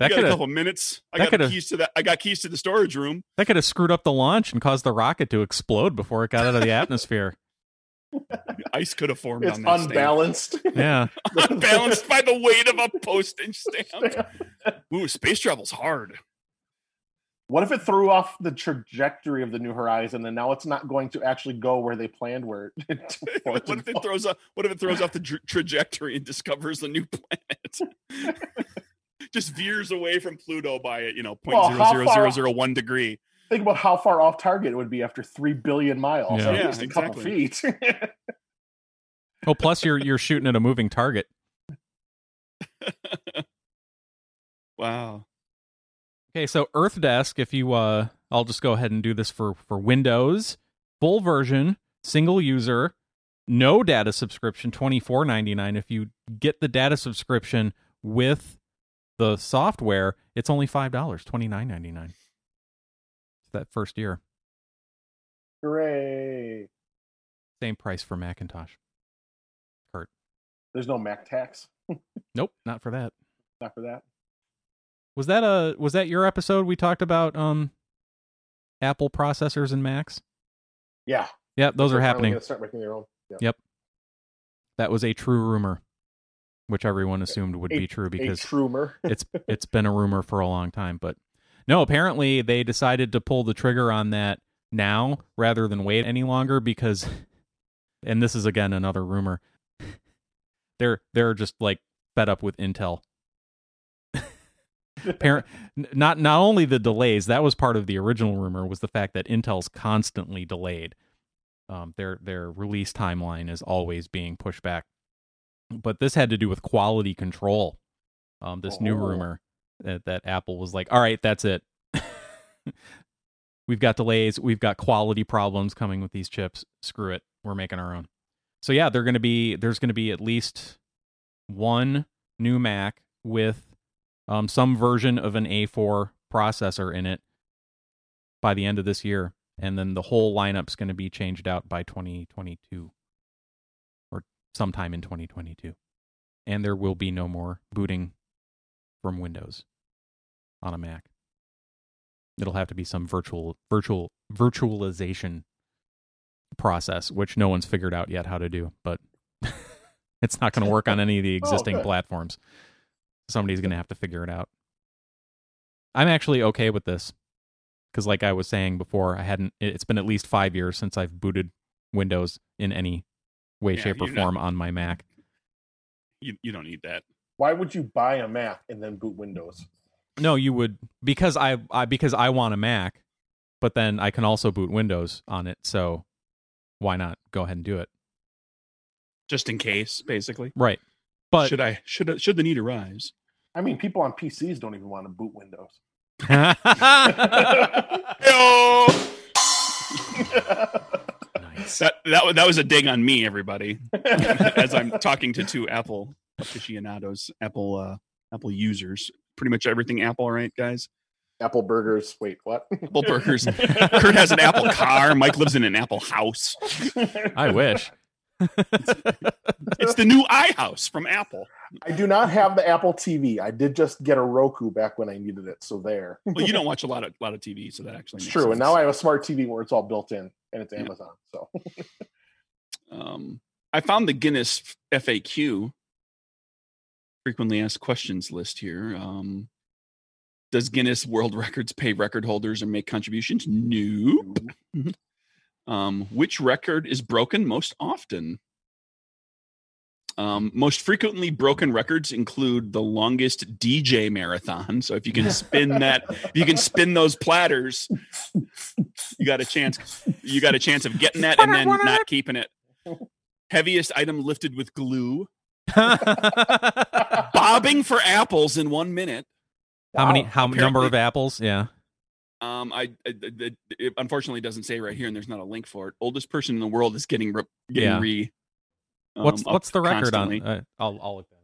I That got could a have couple minutes. I that got coulda- keys to that. I got keys to the storage room. that could have screwed up the launch and caused the rocket to explode before it got out of the atmosphere. Ice could have formed It's on that stamp. unbalanced. (laughs) Yeah. (laughs) unbalanced by the weight of a postage stamp. Ooh, space travel's hard. (laughs) what if it threw off the trajectory of the New Horizon and now it's not going to actually go where they planned where it (laughs) for (laughs) what it to if it go? throws up? What if it throws off the tra- trajectory and discovers a new planet? (laughs) Just veers away from Pluto by you know Well, point zero how zero far- zero zero one degree. Think about how far off target it would be after 3 billion miles. Yeah. At Yeah, least a couple exactly. feet. (laughs) Oh, plus you're you're shooting at a moving target. Wow. Okay, so Earth Desk, if you uh I'll just go ahead and do this for for Windows, full version, single user, no data subscription, 24.99 if you get the data subscription with the software, it's only $5, 29.99. That first year. Hooray. Same price for Macintosh. There's no Mac tax. Nope, not for that. Not for that. Was that a was that your episode we talked about um Apple processors and Macs? Yeah. Yep, those They're are finally happening. gonna Start making their own. Yeah. That was a true rumor, which everyone assumed would A- be true because (laughs) a rumor. it's it's been a rumor for a long time, but no, apparently they decided to pull the trigger on that now rather than wait any longer because (laughs) and this is again another rumor. (laughs) They're they're just like fed up with Intel. Apparent n- not not only the delays, that was part of the original rumor was the fact that Intel's constantly delayed. Um their their release timeline is always being pushed back. But this had to do with quality control um, this new Oh. rumor that, that Apple was like, all right, that's it. (laughs) we've got delays. We've got quality problems coming with these chips. Screw it. We're making our own. So yeah, they're going to be, there's going to be at least one new Mac with um, some version of an A4 processor in it by the end of this year. And then the whole lineup's going to be changed out by 2022 or sometime in 2022. And there will be no more booting from Windows on a Mac. It'll have to be some virtual virtual virtualization process, which no one's figured out yet how to do, but (laughs) it's not going to work on any of the existing good. platforms. Somebody's going to have to figure it out. I'm actually okay with this because, like I was saying before, I hadn't. it- It's been at least five years since I've booted Windows in any way, Yeah, shape, or you're not- form on my Mac. You, you don't need that. Why would you buy a Mac and then boot Windows? No, you would because I, I because I want a Mac, but then I can also boot Windows on it. So why not go ahead and do it? Just in case, basically. Right. But (laughs) should I should I- should the need arise? I mean, people on PCs don't even want to boot Windows. (laughs) Yo! nice. That that wa- that was a dig on me, everybody. (laughs) As I'm talking to two Apple aficionados, Apple uh, Apple users, pretty much everything Apple, right, guys? Apple burgers. Wait, what? Apple burgers. Kurt has an Apple car. Mike lives in an Apple house. I wish. (laughs) It's the new iHouse from Apple. (laughs) I do not have the Apple TV. I did just get a Roku back when I needed it, so there. Well, you don't watch a lot of lot of TV, so that actually It's makes true. And sense. now I have a smart TV where it's all built in, and it's Yeah. Amazon. So um, I found the Guinness FAQ frequently asked questions list here. Um, does Guinness World Records pay record holders or make contributions? No. (laughs) Um, which record is broken most often? Um, most frequently broken records include the longest DJ marathon. So if you can (laughs) spin that, if you can spin those platters, you got a chance. You got a chance of getting that and then not keeping it. Heaviest item lifted with glue. how Bobbing for apples in one minute. many? Wow. How number of apples? Yeah. Um, I, I the, the- it unfortunately doesn't say right here, and there's not a link for it. Oldest person in the world is getting re, getting Yeah. re. um, What's up what's the record constantly. on? Uh, I'll I'll look that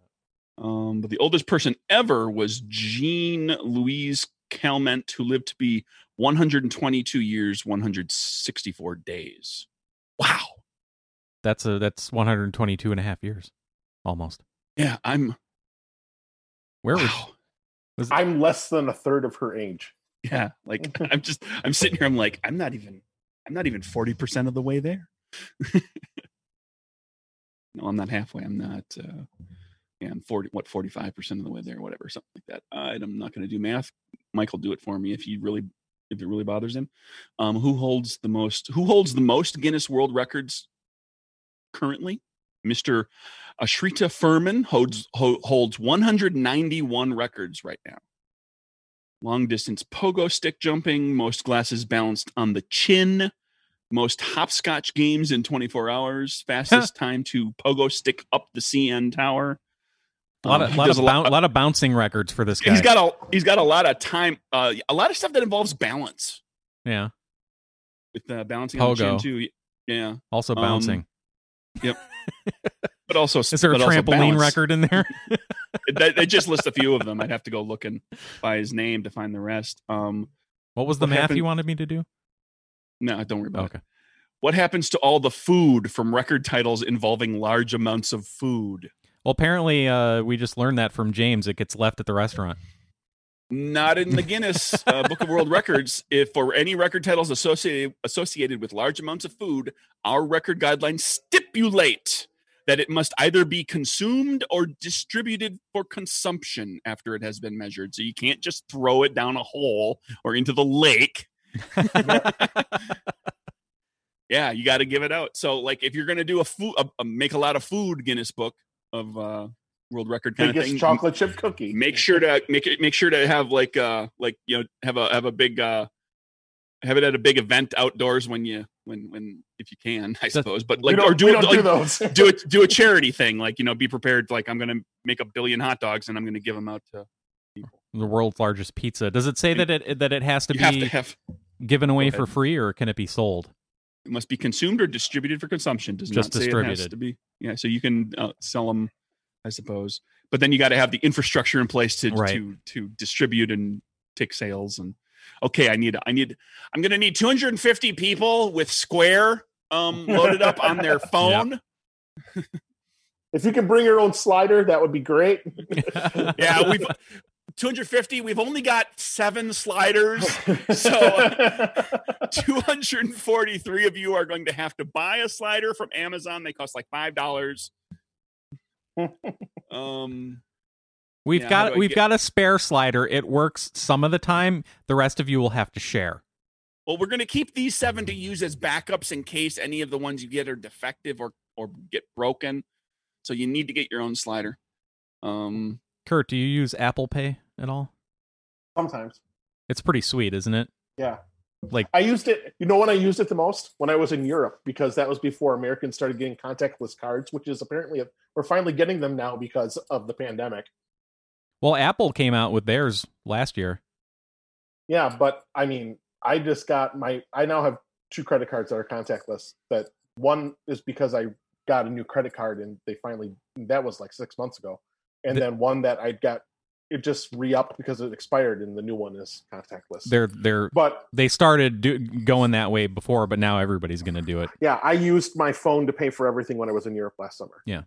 up. Um, but the oldest person ever was Jean Louise Calment, who lived to be 122 years, 164 days. Wow. That's a that's 122 and a half years, almost. Yeah, I'm. Where was wow. I'm less than a third of her age. (laughs) Yeah, like I'm just I'm sitting here. I'm like I'm not even I'm not even 40 percent of the way there. (laughs) no, I'm not halfway. I'm not. Uh, yeah, I'm 40. What 45 percent of the way there, whatever, something like that. Uh, and I'm not going to do math. Mike will do it for me if he really if it really bothers him. Um, who holds the most? Who holds the most Guinness World Records currently? Mr. Ashrita Furman holds ho- holds 191 records right now long distance pogo stick jumping, most glasses balanced on the chin, most hopscotch games in 24 hours, fastest time to pogo stick up the CN tower. a lot Um, of he lot does of, a boun- lot of bouncing records for this guy? He's got a he's got a lot of time, uh, a lot of stuff that involves balance yeah. with uh, balancing on the chin Pogo. too. Yeah, Also Um, bouncing. but also Is there a but also trampoline balance. record (laughs) in there? They, they just list a few of them. I'd have to go looking by his name to find the rest. Um, What was the What math happened- you wanted me to do? no, don't worry about it. Okay. What happens to all the food from record titles involving large amounts of food? Well, apparently, uh, we just learned that from James. It gets left at (laughs) the restaurant. Not in the Guinness uh, Book of World Records. If for any record titles associated associated with large amounts of food, our record guidelines stipulate that it must either be consumed or distributed for consumption after it has been measured. So you can't just throw it down a hole or into the lake. yeah, you got to give it out. So like, if you're gonna do a food, a, a make a lot of food Guinness Book of uh, World Record kind of Biggest thing, chocolate chip cookie. make sure to make it make sure to have like uh like you know have a have a big uh have it at a big event outdoors when you when when if you can i suppose but We like don't- or do we it don't like, do those. do a do a charity thing like you know be prepared like i'm gonna make a billion hot dogs and i'm gonna give them out to The world's largest pizza. Does it say that it that it has to you be have to have (laughs) given away Go for free, or can it be sold? (laughs) it must be consumed or distributed for consumption does Just not say it has distributed. to be yeah so you can uh, sell them i suppose but then you got to have the infrastructure in place to Right. to to distribute and take sales and okay i need i need i'm gonna need 250 people with square um loaded up on (laughs) their phone (laughs) If you can bring your own slider, that would be great. (laughs) yeah, we've 250 we've only got seven (laughs) sliders So, (laughs) 243 of you are going to have to buy a slider from Amazon. They cost like five dollars. um, We've Yeah, how do got I we've get- got a spare slider. It works some of the time. The rest of you will have to share. well, we're going to keep these seven to use as backups in case any of the ones you get are defective or or get broken. So you need to get your own slider. Um, Kurt, do you use Apple Pay at all? (laughs) sometimes, It's pretty sweet, isn't it? yeah. Like- I used it. You know when I used it the most? When I was in Europe, because that was before Americans started getting contactless cards, which is apparently we're finally getting them now because of the pandemic. Well, Apple came out with theirs last year. Yeah, but I mean, I just got my. I now have two credit cards that are contactless. That one is because I got a new credit card, and they finally that was like six months ago, and The- then one that I got it just re upped because it expired, and the new one is contactless. They're they're but they started do, going that way before, but now everybody's going to do it. yeah, I used my phone to pay for everything when I was in Europe last summer. Yeah.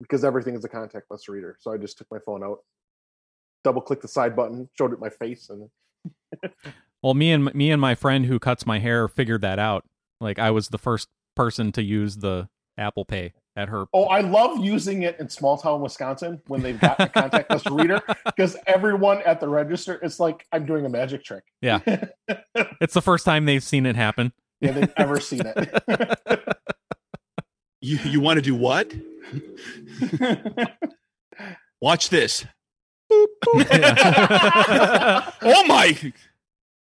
because everything is a contactless reader, so I just took my phone out, double clicked the side button, showed it my face, and Well, me and me and my friend who cuts my hair figured that out. Like I was the first person to use the Apple Pay at her. Oh, I love using it in small town Wisconsin when they've got a contactless reader because everyone at the register it's like I'm doing a magic trick. Yeah. It's the first time they've seen it happen. (laughs) yeah, they've ever seen it. (laughs) you you want to do what? Watch this. Yeah. Oh my!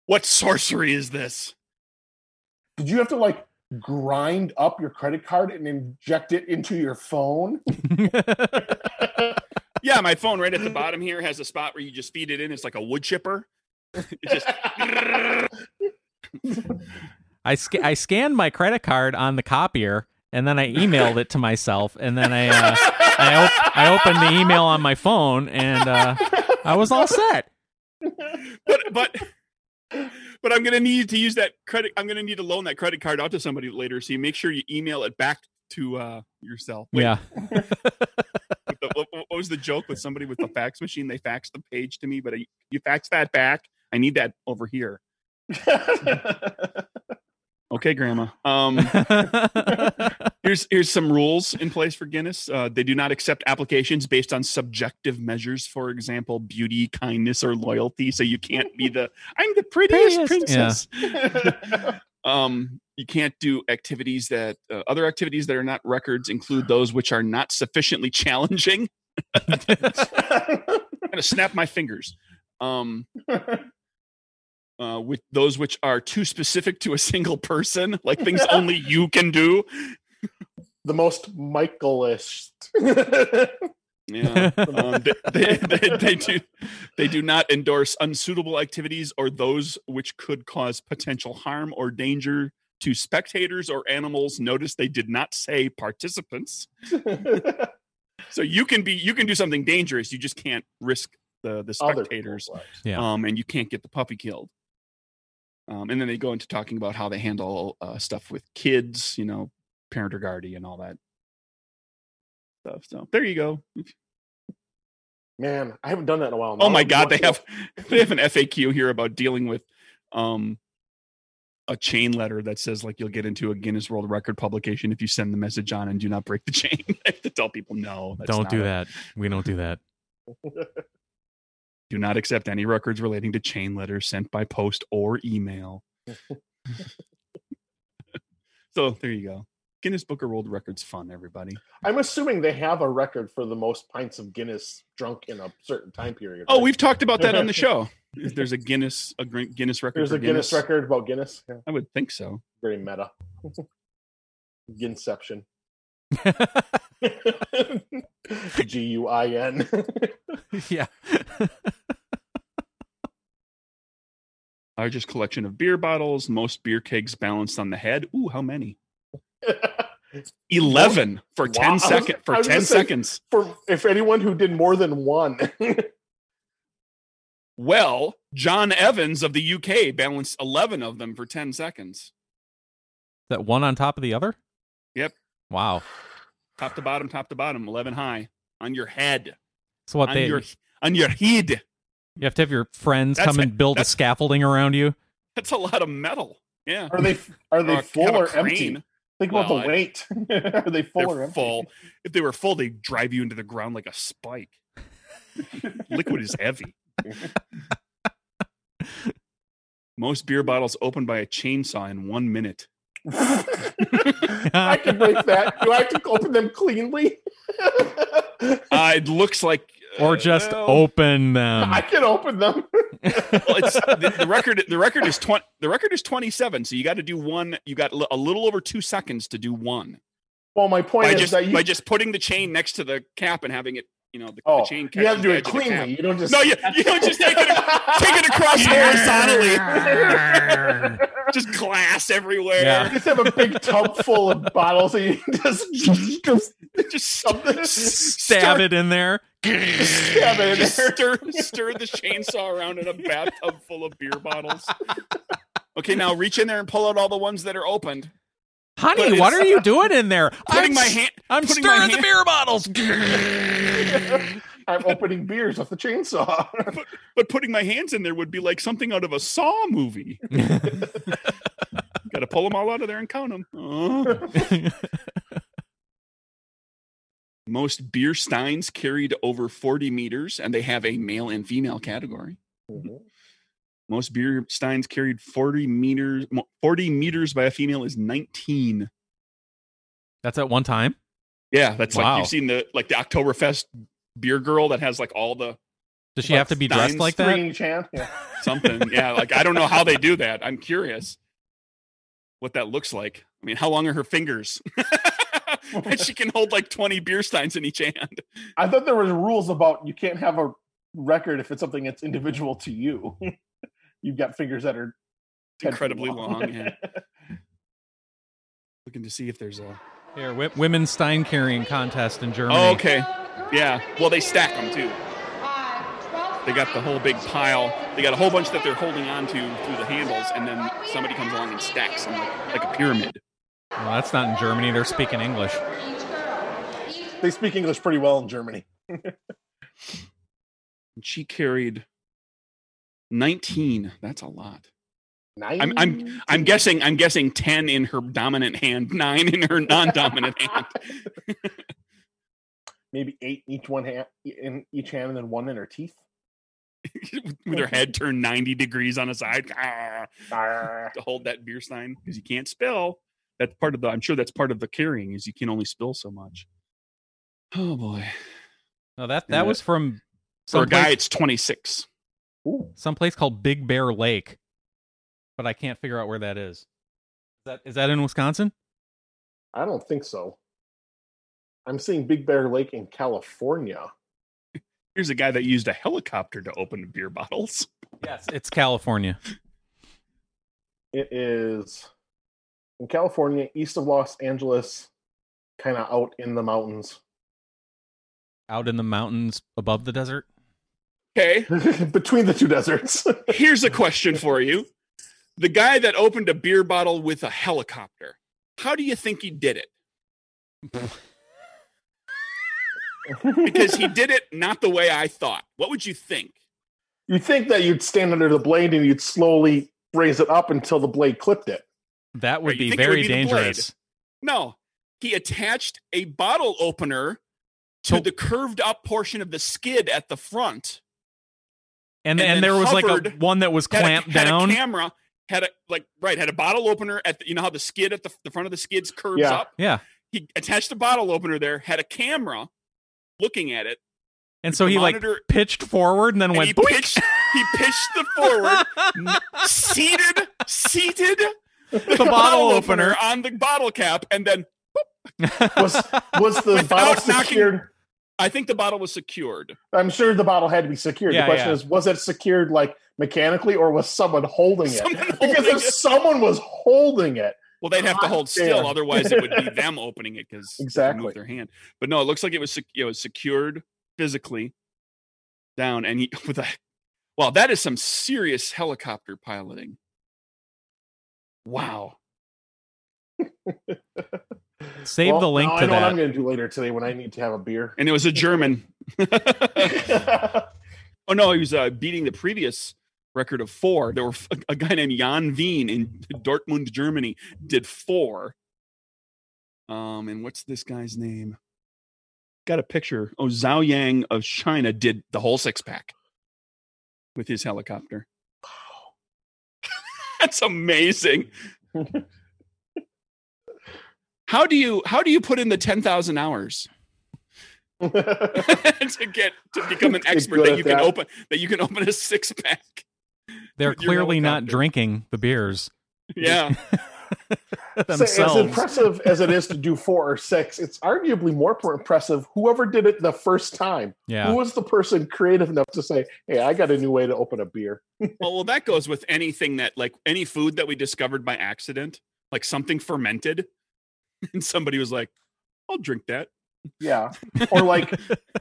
What sorcery is this? Did you have to like grind up your credit card and inject it into your phone? (laughs) Yeah, my phone right at the bottom here has a spot where you just feed it in. It's like a wood chipper. It just I sc- I scanned my credit card on the copier and then I emailed it to myself and then I uh, I, op- I opened the email on my phone and uh, I was all set. but but but I'm gonna need to use that credit. I'm gonna need to loan that credit card out to somebody later. So you make sure you email it back to uh, yourself. Wait, (laughs) Yeah. with the- what, what was the joke with somebody with the fax machine? They faxed the page to me, but I, you fax that back. I need that over here. Okay, Grandma. Um, here's here's some rules in place for Guinness. Uh, they do not accept applications based on subjective measures. For example, beauty, kindness, or loyalty. So you can't be the I'm the prettiest, Prettiest, yeah. princess. um, you can't do activities that uh, other activities that are not records include those which are not sufficiently (laughs) challenging. I'm gonna snap my fingers. Um, uh, with those which are too specific to a single person, like things only you can do. the most (laughs) Michaelist. Yeah. um, they, they, (laughs) they, they do they do not endorse unsuitable activities or those which could cause potential harm or danger to spectators or animals notice they did not say participants so you can be you can do something dangerous you just can't risk the the Other spectators people. Yeah. um and you can't get the puppy killed Um, and then they go into talking about how they handle uh, stuff with kids, you know, parent or guardian, all that stuff. So there you go. Man, I haven't done that in a while. Oh my God, they have (laughs) they have an FAQ here about dealing with um, a chain letter that says like you'll get into a Guinness World Record publication if you send the message on and do not break the chain. (laughs) I have to tell people no, that's don't not do it. that. We don't do (laughs) that. (laughs) Do not accept any records relating to chain letters sent by post or (laughs) email. so there you go. Guinness Book of World Records fun, everybody. I'm assuming they have a record for the most pints of Guinness drunk in a certain time period. Oh, right? we've talked about that on (laughs) the show. There's a Guinness a Gr- Guinness record. there's for a Guinness, record about Guinness. Yeah, I would think so. very meta. (laughs) (laughs) Ginception. G U I N. (laughs) yeah. Largest collection of beer bottles, most beer kegs balanced on the head. Ooh, how many? Eleven for Wow. ten second (laughs) I for was gonna ten say- seconds. For if anyone who did more than one, (laughs) Well, John Evans of the UK balanced eleven of them for ten seconds, that one on top of the other? Yep. Wow. top to bottom, top to bottom, eleven high on your head, So what on they your on your head. you have to have your friends That's come and build a that's- scaffolding around (laughs) you. That's a lot of metal. Yeah, are they are Or they have full a or crane. empty? Think about Well, I- the weight. (laughs) are they full or They're empty? (laughs) full. If they were full, they'd drive you into the ground like a spike. Liquid is (laughs) heavy. Most beer bottles opened by a chainsaw in one minute. (laughs) (laughs) I can break that. Do I have to open them cleanly? (laughs) Uh, it looks like, uh, Or just well- open them. I can open them. well, it's, the, the record. The record is twenty. The record is twenty-seven. So you got to do one. You got li- a little over two seconds to do one. Well, my point by is just that you, by just putting the chain next to the cap and having it, you know, the, oh, the chain. you have catches the to do edge it of the cap. cleanly. You don't just No, you you don't just take it take (laughs) it across horizontally. Just glass everywhere. Yeah. just have a big tub full of bottles and you (laughs) just, just Just (laughs) dump this. (laughs) Stab stir, it in there. Stab it in Just there. (laughs) stir stir the chainsaw around in a bathtub full of beer bottles. Okay, now reach in there and pull out all the ones that are opened. Honey, But what it's- are you doing in there? (laughs) Putting I'm, my s- hand I'm putting stirring my the hand- beer bottles. (laughs) I'm opening beers with the chainsaw. but putting my hands in there would be like something out of a Saw movie. Got to pull them all out of there and count them. Uh-huh. (laughs) Most beer steins carried over 40 meters, and they have a male and female category. Mm-hmm. Most beer steins carried 40 meters, mo- 40 meters by a female is 19. (laughs) That's at one time. Yeah, that's Wow. like you've seen the like the Oktoberfest beer girl that has like all the Does she Like have to be dressed Stein's (laughs) like that? Screening chant. Yeah. something. yeah, like I don't know how they do that. I'm curious what that looks like. I mean, how long are her fingers? (laughs) and she can hold like 20 beer steins in each hand. I thought there was rules about you can't have a record if it's something that's individual to you. (laughs) You've got fingers that are 10 feet Incredibly long, yeah. Looking to see if there's a. Here, w- women's Stein carrying contest in Germany. Oh, okay. Yeah. Well, they stack them too. They got the whole big pile. They got a whole bunch that they're holding on to through the handles, and then somebody comes along and stacks them like, like a pyramid. Well, that's not in Germany. They're speaking English. They speak English pretty well in Germany. And she carried 19. That's a lot. Nice. I'm- I'm guessing. I'm guessing ten in her dominant hand, nine in her non-dominant hand. (laughs) maybe eight in each one hand in each hand and then one in her (laughs) teeth. With her head turned ninety degrees on a side ah, Arr. to hold that beer stein because you can't spill. That's part of the. I'm sure that's part of the carrying is you can only spill so much. Oh boy! No, that Yeah. that was from For a some guy, place, it's 26. Ooh. some place called Big Bear Lake, but I can't figure out where that is. Is that is that in Wisconsin? I don't think so. I'm seeing Big Bear Lake in California. Here's a guy that used a helicopter to open beer (laughs) bottles. Yes, it's California. It is in California, east of Los Angeles, kind of out in the mountains, (laughs) Out in the mountains above the desert. Okay. between the two deserts. (laughs) Here's a question for you: the guy that opened a beer bottle with a helicopter. How do you think he did it? (laughs) Because he did it not the way I thought. What would you think? You'd think that you'd stand under the blade and you'd slowly raise it up until the blade clipped it. That would Right, you be think it would very be the blade. dangerous. No, he attached a bottle opener to So- the curved up portion of the skid at the front. And, And and then there was like a hovered- one that was Had a- clamped had down. a camera. Had a like right had a bottle opener at the, you know how the skid at the, the front of the skids curves Yeah. up. Yeah. He attached a bottle opener there. Had a camera looking at it. and so the he like monitor, pitched forward and then and went he boink. pitched he pitched the (laughs) forward (laughs) seated seated the bottle opener. on the bottle cap and then Was was the Without bottle knocking- secured? I think the bottle was secured. I'm sure the bottle had to be secured. Yeah, the question yeah. is, was it secured like mechanically, or was someone holding it? Someone (laughs) because holding if it. someone was holding it, Well, they'd have to Ah, hold still, damn. otherwise it would (laughs) be them opening it because Exactly. move their hand. But no, it looks like it was sec- it was secured physically down, and he (laughs) with a wow, that is some serious helicopter piloting. Wow, Save Well, the link now to I know what that. I'm going to do later today when I need to have (laughs) a beer. (laughs) and it was a German. (laughs) That's Oh no, he was uh, beating the previous record of four. There were f- a guy named Jan Wien in Dortmund, Germany, did four. Um, and what's this guy's name? Got a picture. Oh, Zhao Yang of China did the whole six pack with his helicopter. (laughs) That's amazing. how do you how do you put in the ten thousand hours? (laughs) to get (laughs) to become an Get expert good that at you can that. open that you can open a six (laughs) pack. They're with your clearly not helicopter. drinking the beers (laughs) Yeah, as themselves. impressive as it is to do four or six, it's arguably more impressive whoever did it the first time. Who yeah. was the person creative enough to say, "Hey, I got a new way to open a beer"? well, well, that goes with anything that like any food that we discovered by accident, like something fermented, (laughs) and somebody was like, "I'll drink that." Yeah. Or like,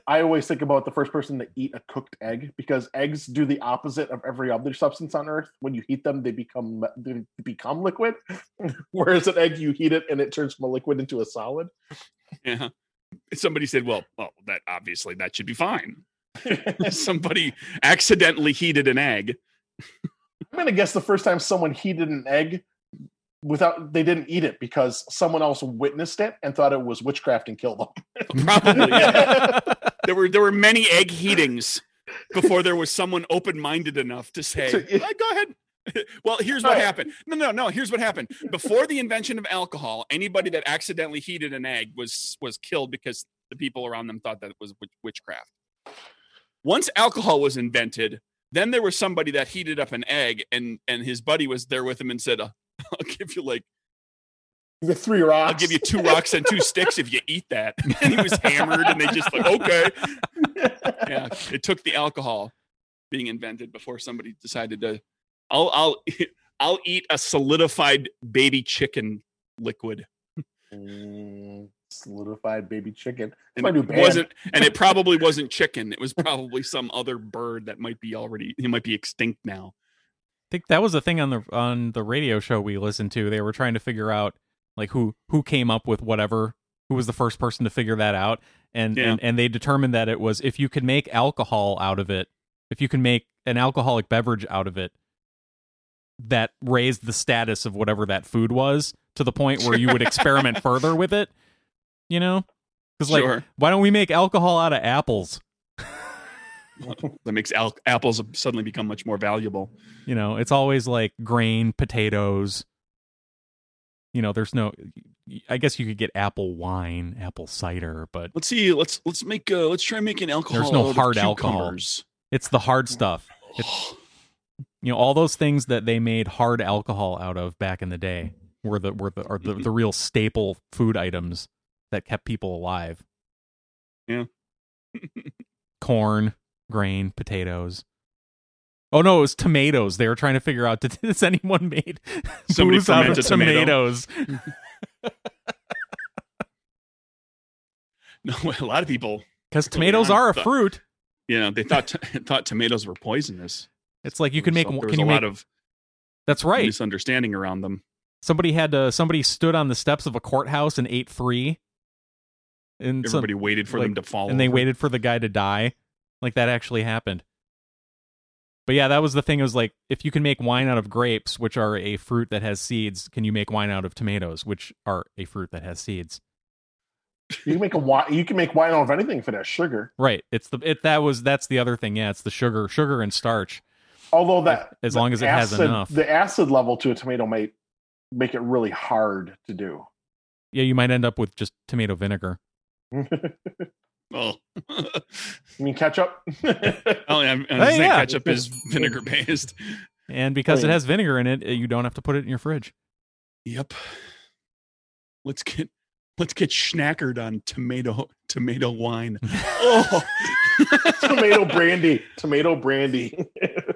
I always think about the first person to eat a cooked egg because eggs do the opposite of every other substance on Earth. When you heat them, they become they become liquid. (laughs) Whereas an egg, you heat it and it turns from a liquid into a solid. Yeah. Somebody said, "Well, well, that obviously that should be fine." (laughs) somebody accidentally heated an egg. I'm gonna guess the first time someone heated an egg without they didn't eat it because someone else witnessed it and thought it was witchcraft and killed them. (laughs) Probably (laughs) yeah. there were there were many egg heatings before there was someone open minded enough to say, To- "Uh, "Go ahead." (laughs) well, here's what Right. happened. No, no, no. Here's what happened. Before the invention of alcohol, anybody that accidentally heated an egg was was killed because the people around them thought that it was witch- witchcraft. Once alcohol was invented, then there was somebody that heated up an egg, and and his buddy was there with him and said, "Uh, (laughs) "I'll give you like The three rocks. I'll give you two rocks and two sticks if you eat that." (laughs) And he was hammered, and they just like, "Okay." yeah, it took the alcohol being invented before somebody decided to. I'll I'll (laughs) I'll eat a solidified baby chicken liquid, Mm, solidified baby chicken. and My new it band. wasn't. And it probably wasn't chicken. It was probably some other bird that might be already. It might be extinct now. I think that was a thing on the on the radio show we listened to. They were trying to figure out like who who came up with whatever, who was the first person to figure that out, and Yeah. and, and they determined that it was if you could make alcohol out of it, if you can make an alcoholic beverage out of it, that raised the status of whatever that food was to the point (laughs) where you would experiment further with it. You know, because like sure, why don't we make alcohol out of apples? that makes al- apples suddenly become much more valuable. You know, it's always like grain, potatoes. You know, there's no. I guess you could get apple wine, apple cider, but Let's see. Let's let's make. Uh, let's try making alcohol. no out of hard alcohol. cucumbers. it's the hard stuff. (sighs) (sighs) You know, all those things that they made hard alcohol out of back in the day were the were the are the, the real staple food items that kept people alive. Yeah. (laughs) Corn, grain, potatoes. Oh no, it was tomatoes. They were trying to figure out (laughs) did, has anyone made Somebody booze out of ferment a tomato. tomatoes? No, (laughs) a lot of people. Because Early tomatoes on, are a but- fruit. (laughs) You know, they thought thought tomatoes were poisonous. It's like you can make There can was you a make lot of That's right. misunderstanding around them. Somebody had to, somebody stood on the steps of a courthouse and ate three. And some- Everybody waited for them to fall. and they over. waited for the guy to die. Like that actually happened. But yeah, that was the thing. It was like if you can make wine out of grapes, which are a fruit that has seeds, can you make wine out of tomatoes, which are a fruit that has seeds? You can make a wine. You can make wine out of anything if it has sugar. Right. It's the it that was that's the other thing. Yeah, it's the sugar, sugar and starch. Although that As the long as it has acid- enough. the acid level to a tomato might make it really hard to do. (laughs) Yeah, you might end up with just tomato vinegar. I Oh, mean, ketchup. (laughs) (laughs) oh (laughs) yeah, I'm, I'm Hey, saying yeah. ketchup is vinegar based. And because it Right. has vinegar in it, eh, you don't have to put it in your fridge. Yep. Let's get let's get schnackered on tomato tomato (laughs) wine. Oh, tomato brandy. Tomato brandy.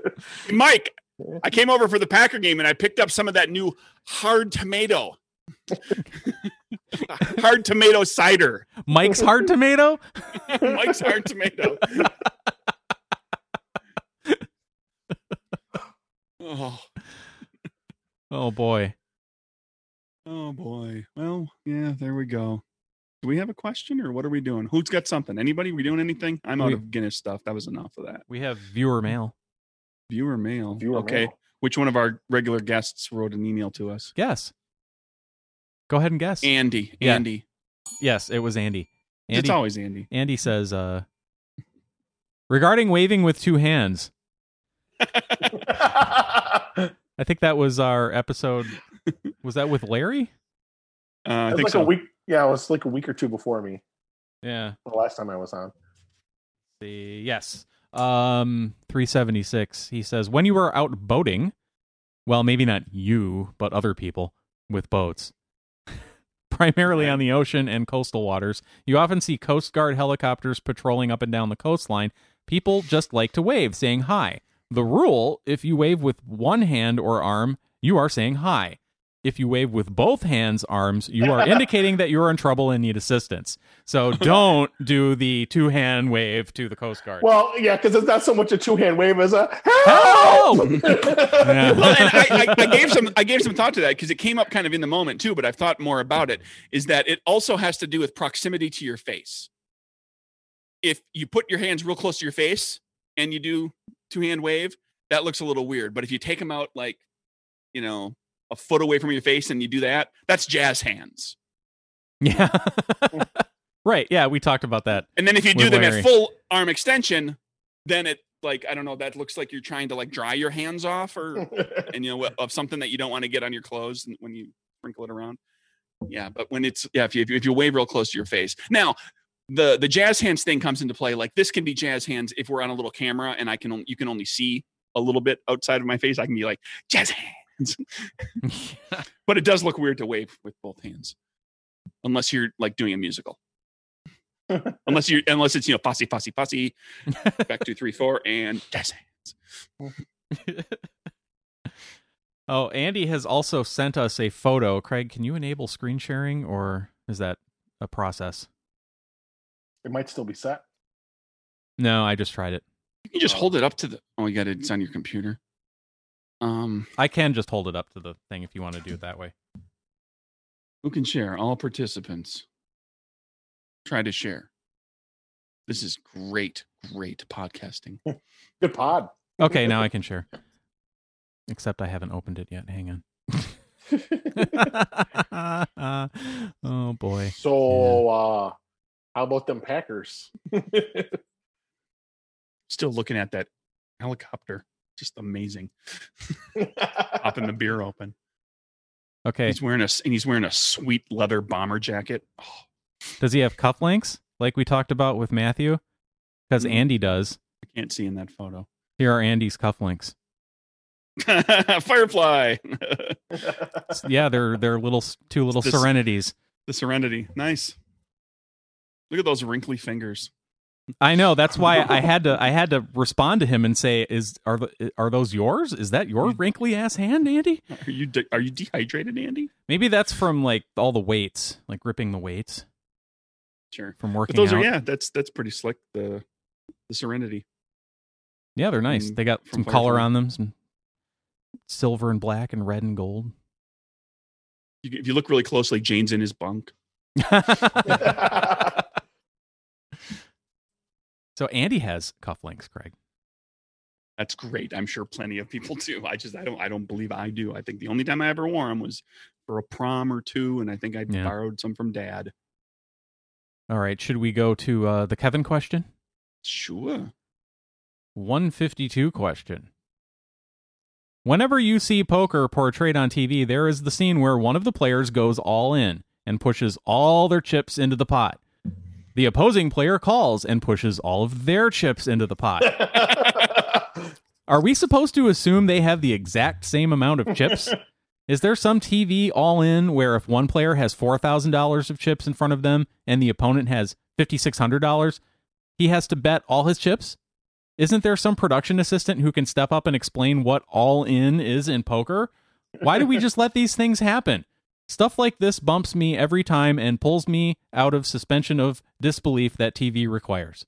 (laughs) Mike, I came over for the Packer game and I picked up some of that new hard tomato. (laughs) hard tomato cider. Mike's hard tomato? Mike's hard tomato. oh, Oh boy. oh boy. Well, yeah, there we go. Do we have a question or what are we doing? Who's got something? Anybody? We doing anything? I'm out We- of Guinness stuff. That was enough of that. We have viewer mail. Viewer mail. Viewer okay. mail. Which one of our regular guests wrote an email to us? Guess. Go ahead and guess. Andy. Yeah. Andy. yes, it was Andy. Andy It's always Andy. Andy says, uh, regarding waving with two hands, That's (laughs) I think that was our episode. Was that with Larry? Uh, I think like so. a week. Yeah, it was like a week or two before me. Yeah. The last time I was on. The, yes. Um, 376. He says, when you were out boating, well, maybe not you, but other people with boats, (laughs) primarily on the ocean and coastal waters, you often see Coast Guard helicopters patrolling up and down the coastline. People just like to wave, saying hi. The rule if you wave with one hand or arm, you are saying hi. If you wave with both hands, arms, you are indicating that you are in trouble and need assistance. So don't do the two hand wave to the Coast Guard. Well, yeah, because it's not so much a two hand wave as a Help! help. Oh! (laughs) (laughs) (laughs) Yeah. well, and I, I, I (laughs) gave some I gave some thought to that because it came up kind of in the moment too, but I've thought more about it. Is that it also has to do with proximity to your face? If you put your hands real close to your face and you do two hand wave, that looks a little weird. But if you take them out like, you know, a foot away from your face and you do that, that's jazz hands. Yeah. right. Yeah. We talked about that. And then if you do With them Larry. at full arm extension, then it like I don't know, that looks like you're trying to like dry your hands off or (laughs) and you know of something that you don't want to get on your clothes and when you sprinkle it around. Yeah, but when it's yeah, if you, if you if you wave real close to your face. Now, the the jazz hands thing comes into play. Like this can be jazz hands if we're on a little camera and I can on- you can only see a little bit outside of my face. I can be like jazz hands, but it does look weird to wave with both hands, unless you're like doing a musical. unless you unless it's you know fussy fussy fussy back two three four and jazz hands. (laughs) oh, Andy has also sent us a photo. Craig, can you enable screen sharing or is that a process? it might still be set. No, I just tried it. You can just hold it up to the. Oh, you got it. It's on your computer. Um, I can just hold it up to the thing if you want to do it that way. who can share? All participants. Try to share. This is great, great podcasting. Good pod. Okay, now I can share. Except I haven't opened it yet. Hang on. (laughs) oh boy. So, uh, how about them Packers? (laughs) Still looking at that helicopter. Just amazing. Uh, Popping the beer open. Okay. He's wearing a s- and he's wearing a sweet leather bomber jacket. Oh, Does he have cufflinks like we talked about with Matthew? Because Mm. Andy does. I can't see in that photo. (laughs) Here are Andy's cufflinks. Firefly, (laughs) yeah, they're they're little two little This- serenities. the Serenity. Nice. Look at those wrinkly fingers. I know that's why I had to I had to respond to him and say is are the, are those yours? Is that Mm. your wrinkly ass hand, Andy? Are you de- are you dehydrated, Andy? Maybe that's from like all the weights, like ripping the weights Sure. from But working those out. are yeah, that's that's pretty slick. The the Serenity. Yeah, they're nice. Mm, They got from some color Firefly. on them, some silver and black and red and gold. (laughs) You- If you look really closely, Jane's in his bunk. so Andy has cufflinks, Craig. That's great. I'm sure plenty of people (laughs) do. I just I don't I don't believe I do. I think the only time I ever wore them was for a prom or two, and I think I Yeah. borrowed some from Dad. All right, should we go to uh, the Kevin question? Sure. 152 question. Whenever you see poker portrayed on TV, there is the scene where one of the players goes all in and pushes all their chips into the pot. The opposing player calls and pushes all of their chips into the pot. Are we supposed to assume they have the exact same amount of chips? Is there some TV all in where if one player has $4,000 of chips in front of them and the opponent has $5,600, he has to bet all his chips? Isn't there some production assistant who can step up and explain what all in is in poker? Why do we just let these things happen? Stuff like this bumps me every time and pulls me out of suspension of disbelief that TV requires.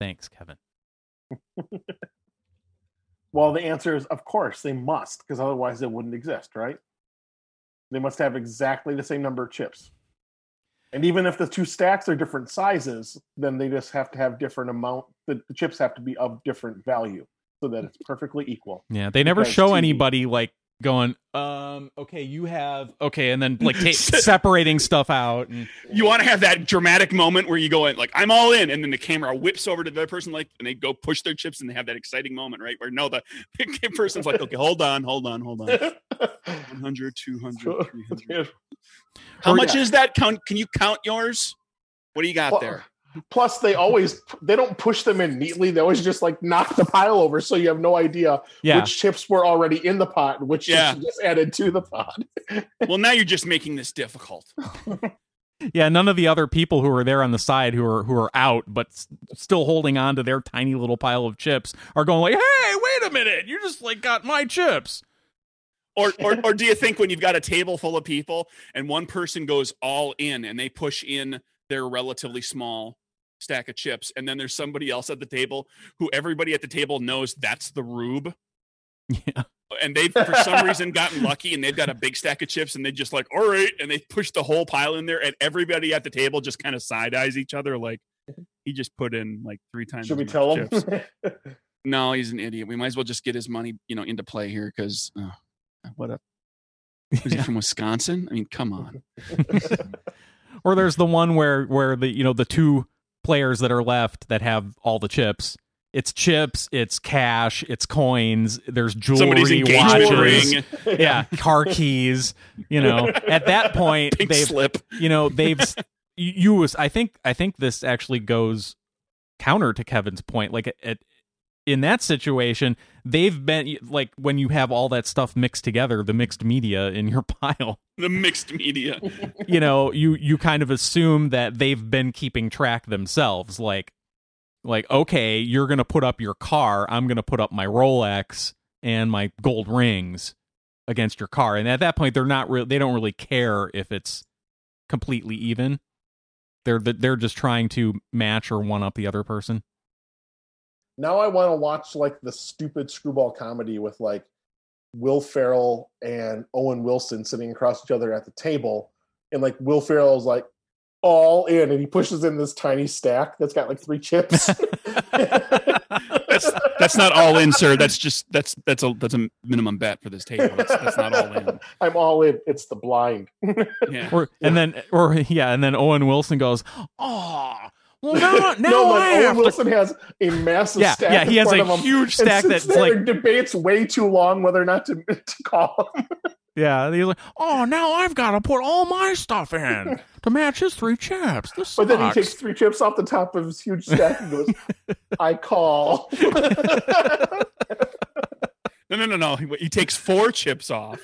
Thanks, Kevin. (laughs) Well, the answer is of course they must, because otherwise they wouldn't exist, right? They must have exactly the same number of chips. And even if the two stacks are different sizes, then they just have to have different amount. The, the chips have to be of different value so that it's perfectly equal. (laughs) Yeah, they never Because show TV anybody like going, um, okay, you have okay, and (laughs) then like ta- Se- separating stuff out. And, you want to have that dramatic moment where you go in like I'm all in, and then the camera whips over to the other person like, and they go push their chips, and they have that exciting moment, right? Where no, the, (laughs) the person's like, okay, hold on, hold on, (laughs) hold on, 100, 200, 300. How Or- much is that? Count? Can you count yours? What do you got Well, there? Plus, they always they don't push them in neatly. They always just like knock the pile over, so you have no idea yeah, which chips were already in the pot, and which Yeah. chips you just added to the pot. Well, now you're just making this difficult. yeah, none of the other people who are there on the side who are who are out but s- still holding on to their tiny little pile of chips are going like, hey, wait a minute, you just like got my chips. Or, (laughs) or, or do you think when you've got a table full of people and one person goes all in and they push in their relatively small stack of chips, and then there's somebody else at the table who everybody at the table knows that's the rube? Yeah. and they've for some reason gotten lucky and they've got a big stack of chips and they just like all right and they push the whole pile in there and everybody at the table just kind of side eyes each other like he just put in like three times Should we as much tell them? (laughs) chips." no he's an idiot we might as well just get his money you know into play here because uh, what up is he from wisconsin i mean come on Or there's the one where where the you know the two players that are left that have all the chips. It's chips, it's cash, it's coins. There's jewelry, somebody's engagement watches, ring yeah, (laughs) car keys. You know, at that point, pink they've slip you know they've s- you- you was I think I think this actually goes counter to Kevin's point. Like at, at- in that situation, they've been like when you have all that stuff mixed together, the mixed media in your (laughs) pile. the mixed media You know, you you kind of assume that they've been keeping track themselves. Like like okay, you're gonna put up your car. I'm gonna put up my Rolex and my gold rings against your car. And at that point, they're not real. They don't really care if it's completely even. They're they're just trying to match or one up the other person. now I want to watch like the stupid screwball comedy with like Will Ferrell and Owen Wilson sitting across each other at the table, and like Will Ferrell's like all in, and he pushes in this tiny stack that's got like three (laughs) chips. (laughs) that's that's not all in sir that's just that's that's a that's a minimum bet for this table that's, that's not all in I'm all in. It's the blind. yeah Or and then or yeah, and then Owen Wilson goes, "Oh, (laughs) well now now no, I like, Owen have to-" Wilson has a massive yeah stack. yeah he in has front of a him huge and stack sits that's there like and debates way too long whether or not to, (laughs) to call. yeah and he's like oh now I've got to put all my (laughs) stuff in to match his three chips. This But then he sucks." takes three chips off the top of his huge stack (laughs) and goes, "I call." No, no, no, no. He, he takes four chips off,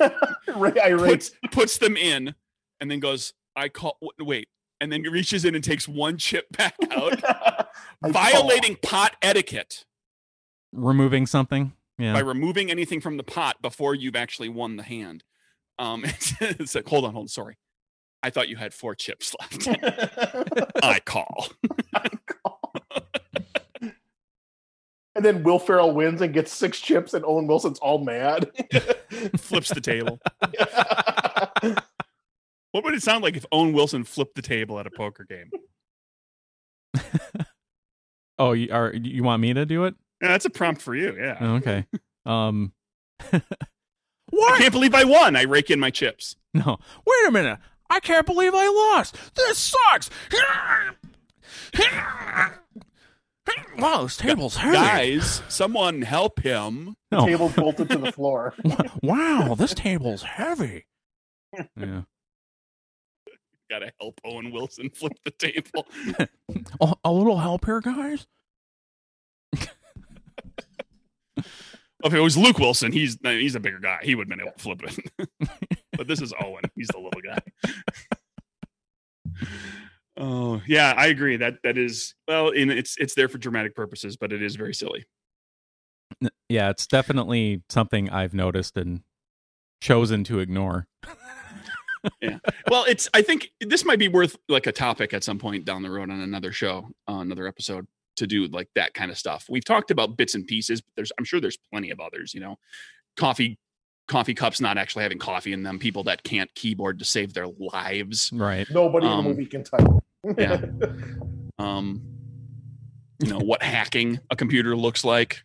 Ray irate. puts, puts them in, and then goes, I call, w- wait. And then reaches in and takes one chip back out, (laughs) I violating pot etiquette removing something. Yeah, by removing anything from the pot before you've actually won the hand. Um, (laughs) it's, it's like, hold on, hold on. Sorry. I thought you had four chips left. call. I call. and and then Will Ferrell wins and gets six chips, and Owen Wilson's all (laughs) mad. (laughs) Flips the table. What would it sound like if Owen Wilson flipped the table at a poker game? Oh, you are you want me to do it? Yeah, that's a prompt for you. Yeah. (laughs) Oh, okay. Um I can't believe I won. I rake in my chips. no. Wait a minute. I can't believe I lost. This sucks. Wow, this table's Guys, someone help him. No. Table bolted to the floor. Wow, this table's heavy. Yeah. Gotta help Owen Wilson (laughs) flip the table. A, a little help here, guys. If it was Luke Wilson, he's he's a bigger guy. He would have been able to flip it. (laughs) but this is Owen. He's the little guy. (laughs) oh yeah, I agree. That that is well, in it's it's there for dramatic purposes, but it is very silly. Yeah, it's definitely something I've noticed and chosen to ignore. Well, it's I think this might be worth like a topic at some point down the road on another show, uh, another episode to do like that kind of stuff. We've talked about bits and pieces, but there's I'm sure there's plenty of others, you know. Coffee coffee cups not actually having coffee in them, people that can't keyboard to save their lives. Right. Nobody in Um, the movie can type. yeah. um you know what hacking a computer looks (laughs) like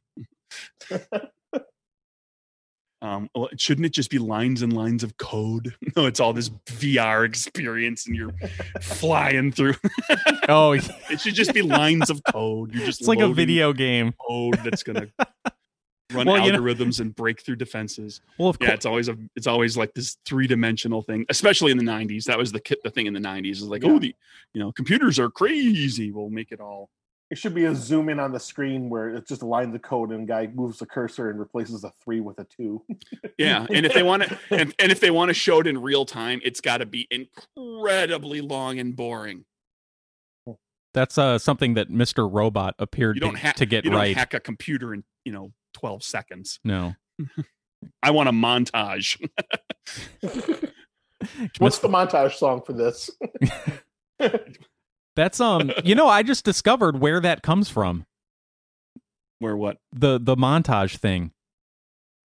um well, shouldn't it just be lines and lines of code (laughs) no it's all this vr experience and you're flying through (laughs) Oh, (laughs) it's it should just be lines of code you just like a loading video game. code that's (laughs) gonna run Well, you know- algorithms and break through defenses Well, of yeah it's always a it's always like this three-dimensional thing especially in the 90s that was the ki- the thing in the 90s is like Yeah. oh the you know computers are crazy we'll make it all (laughs) It should be a zoom in on the screen where it's just a line of code and guy moves the cursor and replaces a three with a two. Yeah, (laughs) and if they want to, and, and if they want to show it in real time, it's got to be incredibly long and boring. That's uh, something that Mr. Robot appeared You don't to, hack to get you don't right. hack a computer in you know twelve seconds. no. I want a montage. (laughs) What's the montage song for this? That's um, you know, I just discovered where that comes from. Where what The the montage thing.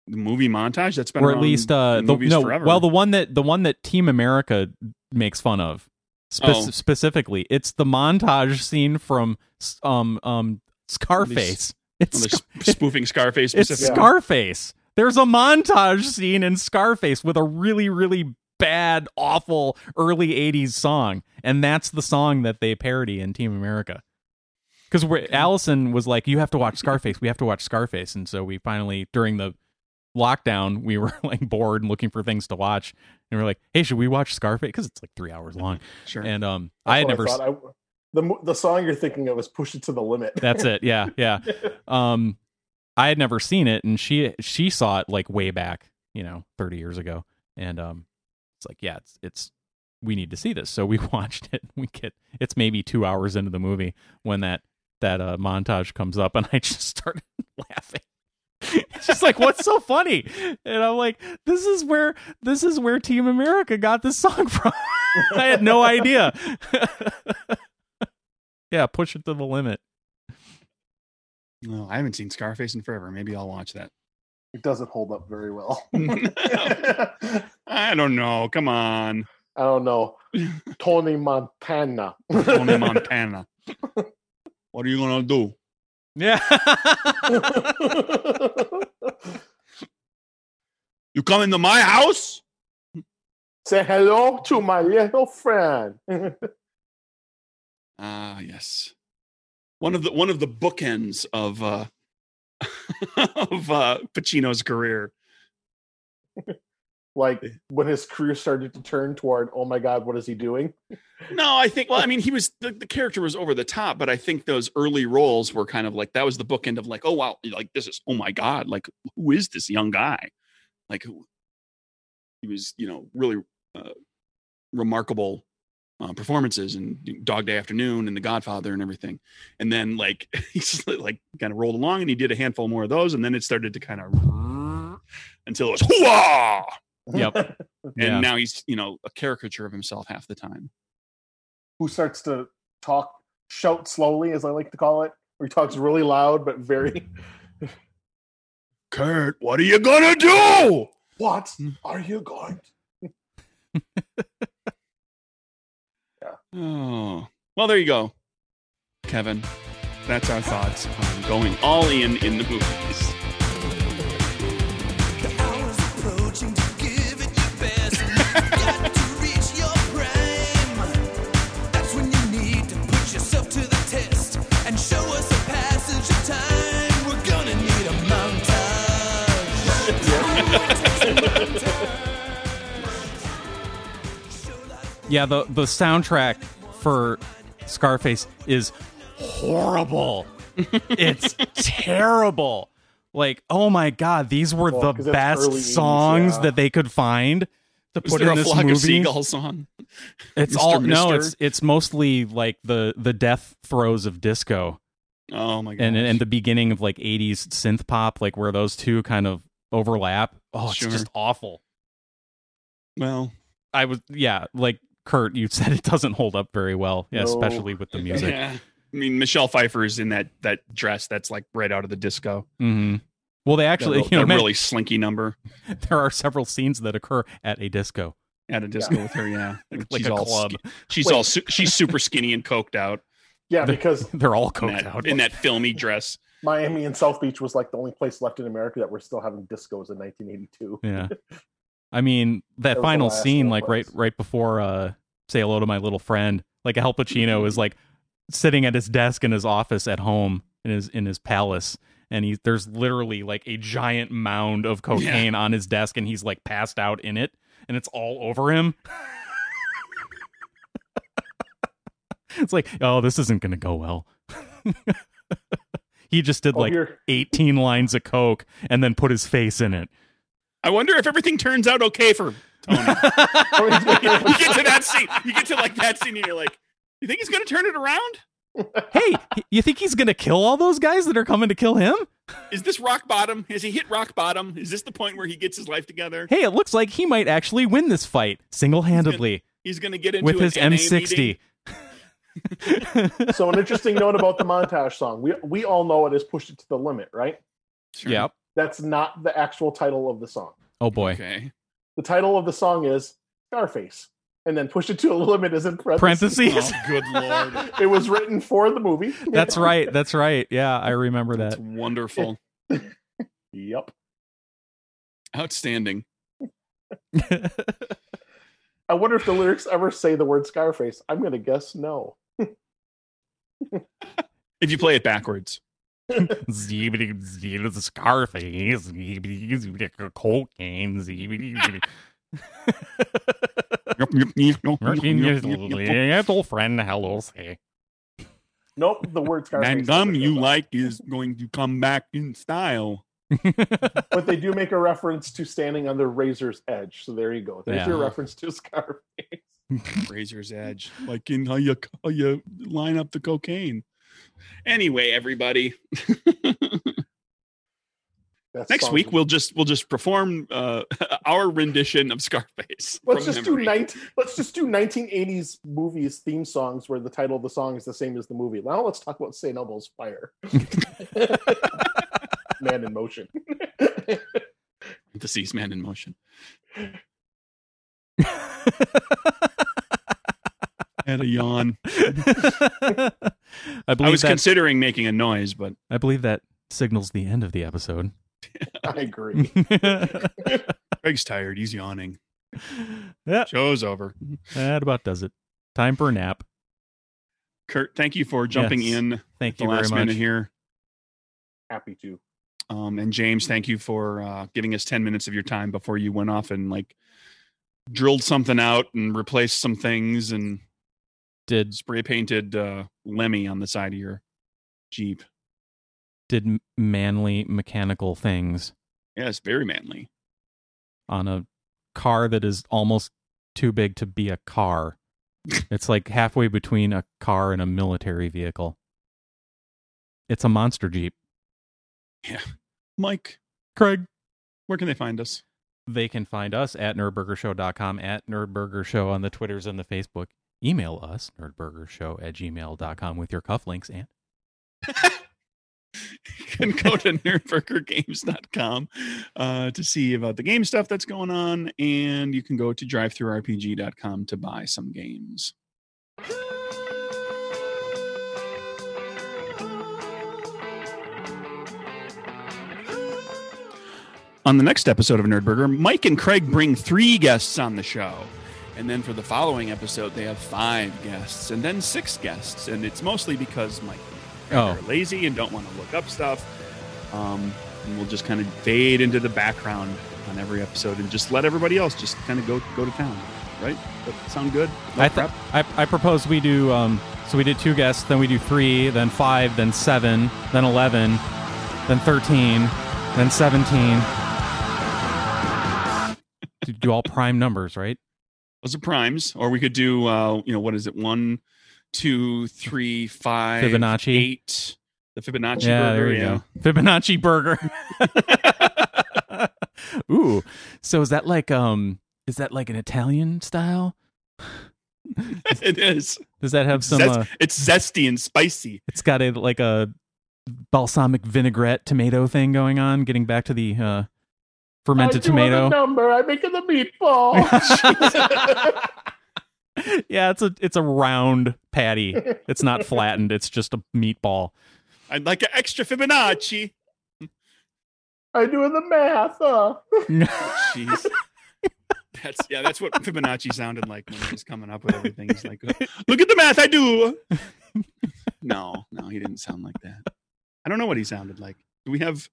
the movie montage? That's been or at around least uh in the, movies no, forever. well the one that the one that Team America makes fun of spe- Oh. specifically it's the montage scene from s- um um Scarface. Well, It's they're Sc- sp- (laughs) spoofing Scarface (laughs) it's specifically. Scarface. There's a montage scene in Scarface with a really really bad awful early 80s song and that's the song that they parody in Team America. Cuz Allison was like you have to watch Scarface, we have to watch Scarface and so we finally during the lockdown, we were (laughs) like bored and looking for things to watch, and we are like, "Hey, should we watch Scarface?" Because it's like three hours long. sure. And um, That's I had what never. thought. I, the mo- the song you're thinking of is "Push It to the Limit." that's it. Yeah, yeah. (laughs) Um, I had never seen it, and she she saw it like way back, you know, thirty years ago, and um, it's like, yeah, it's it's we need to see this, so we (laughs) watched it. We get it's maybe two hours into the movie when that that uh, montage comes up, and I (laughs) just started laughing. It's just like what's so funny, and I'm like, this is where this is where Team America got this song from. (laughs) I had no idea. (laughs) yeah, push it to the limit. No, I haven't seen Scarface in forever. Maybe I'll watch that. It doesn't hold up very well. I don't know. Come (laughs) on, (laughs) I don't know. Tony Montana. Tony Montana. what are you gonna do? Yeah. You come into my house? (laughs) Say hello to my little friend. (laughs) Ah, yes. One of the one of the bookends of uh (laughs) of uh Pacino's career. like when his career started to turn toward, oh my God, what is he doing? No, I think well, I mean, he was the, the character was over the top, but I think those early roles were kind of like that was the bookend of like, oh wow, like this is oh my god, like who is this young guy? Like who he was, you know, really uh, remarkable uh, performances and Dog Day Afternoon and The Godfather and everything. And then like (laughs) he's like kind of rolled along and he did a handful more of those, and then it started to kind of until it was hoo (laughs) Yep. and yeah. now he's you know a caricature of himself half the time. Who starts to talk, shout slowly, as I like to call it, where he talks really loud but very. Kurt, what are you gonna do? What are you going? to-" Oh, well, there you go, Kevin. That's our thoughts on going all in in the movies. The hour's approaching to give it your best. You've got to reach your prime. That's when you need to put yourself to the test and show us the passage of time. We're gonna need a montage. Yeah, the the soundtrack for Scarface is (laughs) horrible. it's terrible. Like, oh my god, these were Well, 'cause the that's best early 80s, songs yeah. that they could find to Was put there a in this flock movie. of seagulls on? It's Mr. all no, Mister? it's it's mostly like the the death throes of disco Oh my god! and and the beginning of like 80s synth pop like where those two kind of overlap. Oh, it's Sure. just awful. well, I was yeah, like Kurt, you said it doesn't hold up very well, yeah, No. especially with the music. yeah. I mean, Michelle Pfeiffer is in that that dress that's like right out of the disco. hmm Well, they actually, that, (laughs) you know, that really slinky number there are several scenes that occur at a disco, at a disco with her. Yeah, (laughs) like, She's a all club. ski- she's Wait. all su- she's super skinny and coked out Yeah, The- (laughs) because (laughs) They're all in coked that, out. in that filmy dress. Miami and South Beach was like the only place left in America that were still having discos in 1982. yeah. I mean, that was the final last scene, one like right, was. right before uh, "Say Hello to My Little Friend," like Al Pacino is like sitting at his desk in his office at home in his in his palace, and he there's literally like a giant mound of cocaine on his desk, and he's like passed out in it, and it's all over him. (laughs) it's like, oh, this isn't gonna go well. (laughs) he just did Hope like you're- 18 lines of coke and then put his face in it. I wonder if everything turns out okay for Tony. (laughs) (laughs) you get to that scene. You get to like that scene, and you're like, you think he's gonna turn it around? hey, you think he's gonna kill all those guys that are coming to kill him? Is this rock bottom? Has he hit rock bottom? Is this the point where he gets his life together? Hey, it looks like he might actually win this fight single-handedly He's gonna get into with an his NA M60. meeting. (laughs) so an interesting note about the montage song. We we all know it is "Push It to the Limit," right? Sure. yep. That's not the actual title of the song. Oh boy. Okay. The title of the song is "Scarface," and then "Push It to the Limit" is in parentheses. Parentheses. Oh, good lord. (laughs) it was written for the movie. (laughs) That's right. That's right. Yeah, I remember That's that. (laughs) wonderful. Yep. Outstanding. I wonder if the lyrics ever say the word Scarface. I'm gonna guess no. If you play it backwards. Zeebity, zeebity, Scarface, zeebity, zeebity, cocaine, zeebity, zeebity. Working your little friend, hello, say. Nope, the word Scarface. And gum doesn't show you up. like is going to come back in style. But they do make a reference to standing on the razor's edge. So there you go. There's Yeah. your reference to Scarface. Razor's edge. Like in how you how you line up the cocaine. Anyway, everybody. That Next song- week we'll just we'll just perform uh, (laughs) our rendition of Scarface. from Let's just memory. do 19, let's just do 1980s movies theme songs where the title of the song is the same as the movie. Now let's talk about St. Elmo's (laughs) Fire. Man in Motion. (laughs) the seas man in (laughs) motion. Had a yawn. (laughs) I I believe was that. considering making a noise, but I believe that signals the end of the episode. (laughs) I agree. Greg's tired. He's yawning. yeah, Show's over. that about does it. Time for a nap. Kurt, thank you for jumping Yes. in Thank the you very last much. minute here. Happy to. Um, and James, thank you for uh, giving us 10 minutes of your time before you went off and like drilled something out and replaced some things and Did spray painted uh, Lemmy on the side of your Jeep. did m- manly mechanical things Yes, very manly. on a car that is almost too big to be a car. it's like halfway between a car and a military vehicle. It's a monster jeep. Mike, Craig, where can they find us? (laughs) they can find us at nerdburgershow.com, at nerdburgershow on the Twitters and the Facebook. Email us, nerdburgershow at gmail.com with your cufflinks and can go to nerdburgergames.com uh, to see about the game stuff that's going on, and you can go to drivethroughrpg.com to buy some games. On the next episode of Nerdburger, Mike and Craig bring three guests on the show. And then for the following episode, they have five guests and then six guests. And it's mostly because Mike Oh. are lazy and don't want to look up stuff. Um, and we'll just kind of fade into the background on every episode and just let everybody else just kind of go go to town. Right? That sound good? No I, prep? th- I I propose we do um so we did two guests, then we do three, then five, then seven, then eleven, then thirteen, then seventeen. Do- do all prime numbers, right? Those are primes. Or we could do uh, you know, what is it? One, two, three, five, Fibonacci. eight. The Fibonacci yeah, burger. there you go. Fibonacci (laughs) burger. Ooh. So is that like um is that like an Italian style? yeah. (laughs) it is. Does that have some Zest- uh, it's zesty and spicy. it's got a like a balsamic vinaigrette tomato thing going on, getting back to the uh fermented I'm doing tomato. The number I'm making (laughs) the (laughs) meatball. yeah, it's a it's a round patty. It's (laughs) not flattened. It's just a meatball. I'd like an extra Fibonacci. I'm doing the math. uh, Huh? Jeez. That's yeah, that's what Fibonacci sounded like when he was coming up with everything. He's like, "Uh, look at the math I do. No, no, he didn't sound like that. I don't know what he sounded like. Do we have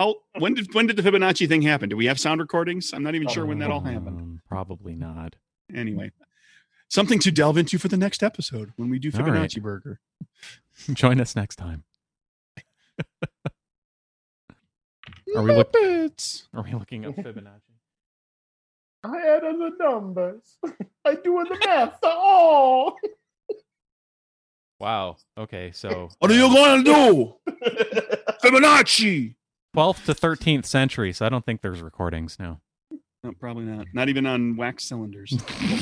how when did when did the Fibonacci thing happen? Do we have sound recordings? I'm not even sure when that all happened. Um, Probably not. Anyway. Something to delve into for the next episode when we do All right. Fibonacci Burger. (laughs) Join us next time. Are we look- Muppets. Are we looking up (laughs) Fibonacci? I added the numbers. I'm doing the math. Oh. (laughs) Wow. Okay, so What are you gonna do? Fibonacci. twelfth to thirteenth century, so I don't think there's recordings now. No, probably not. Not even on wax (laughs) cylinders. They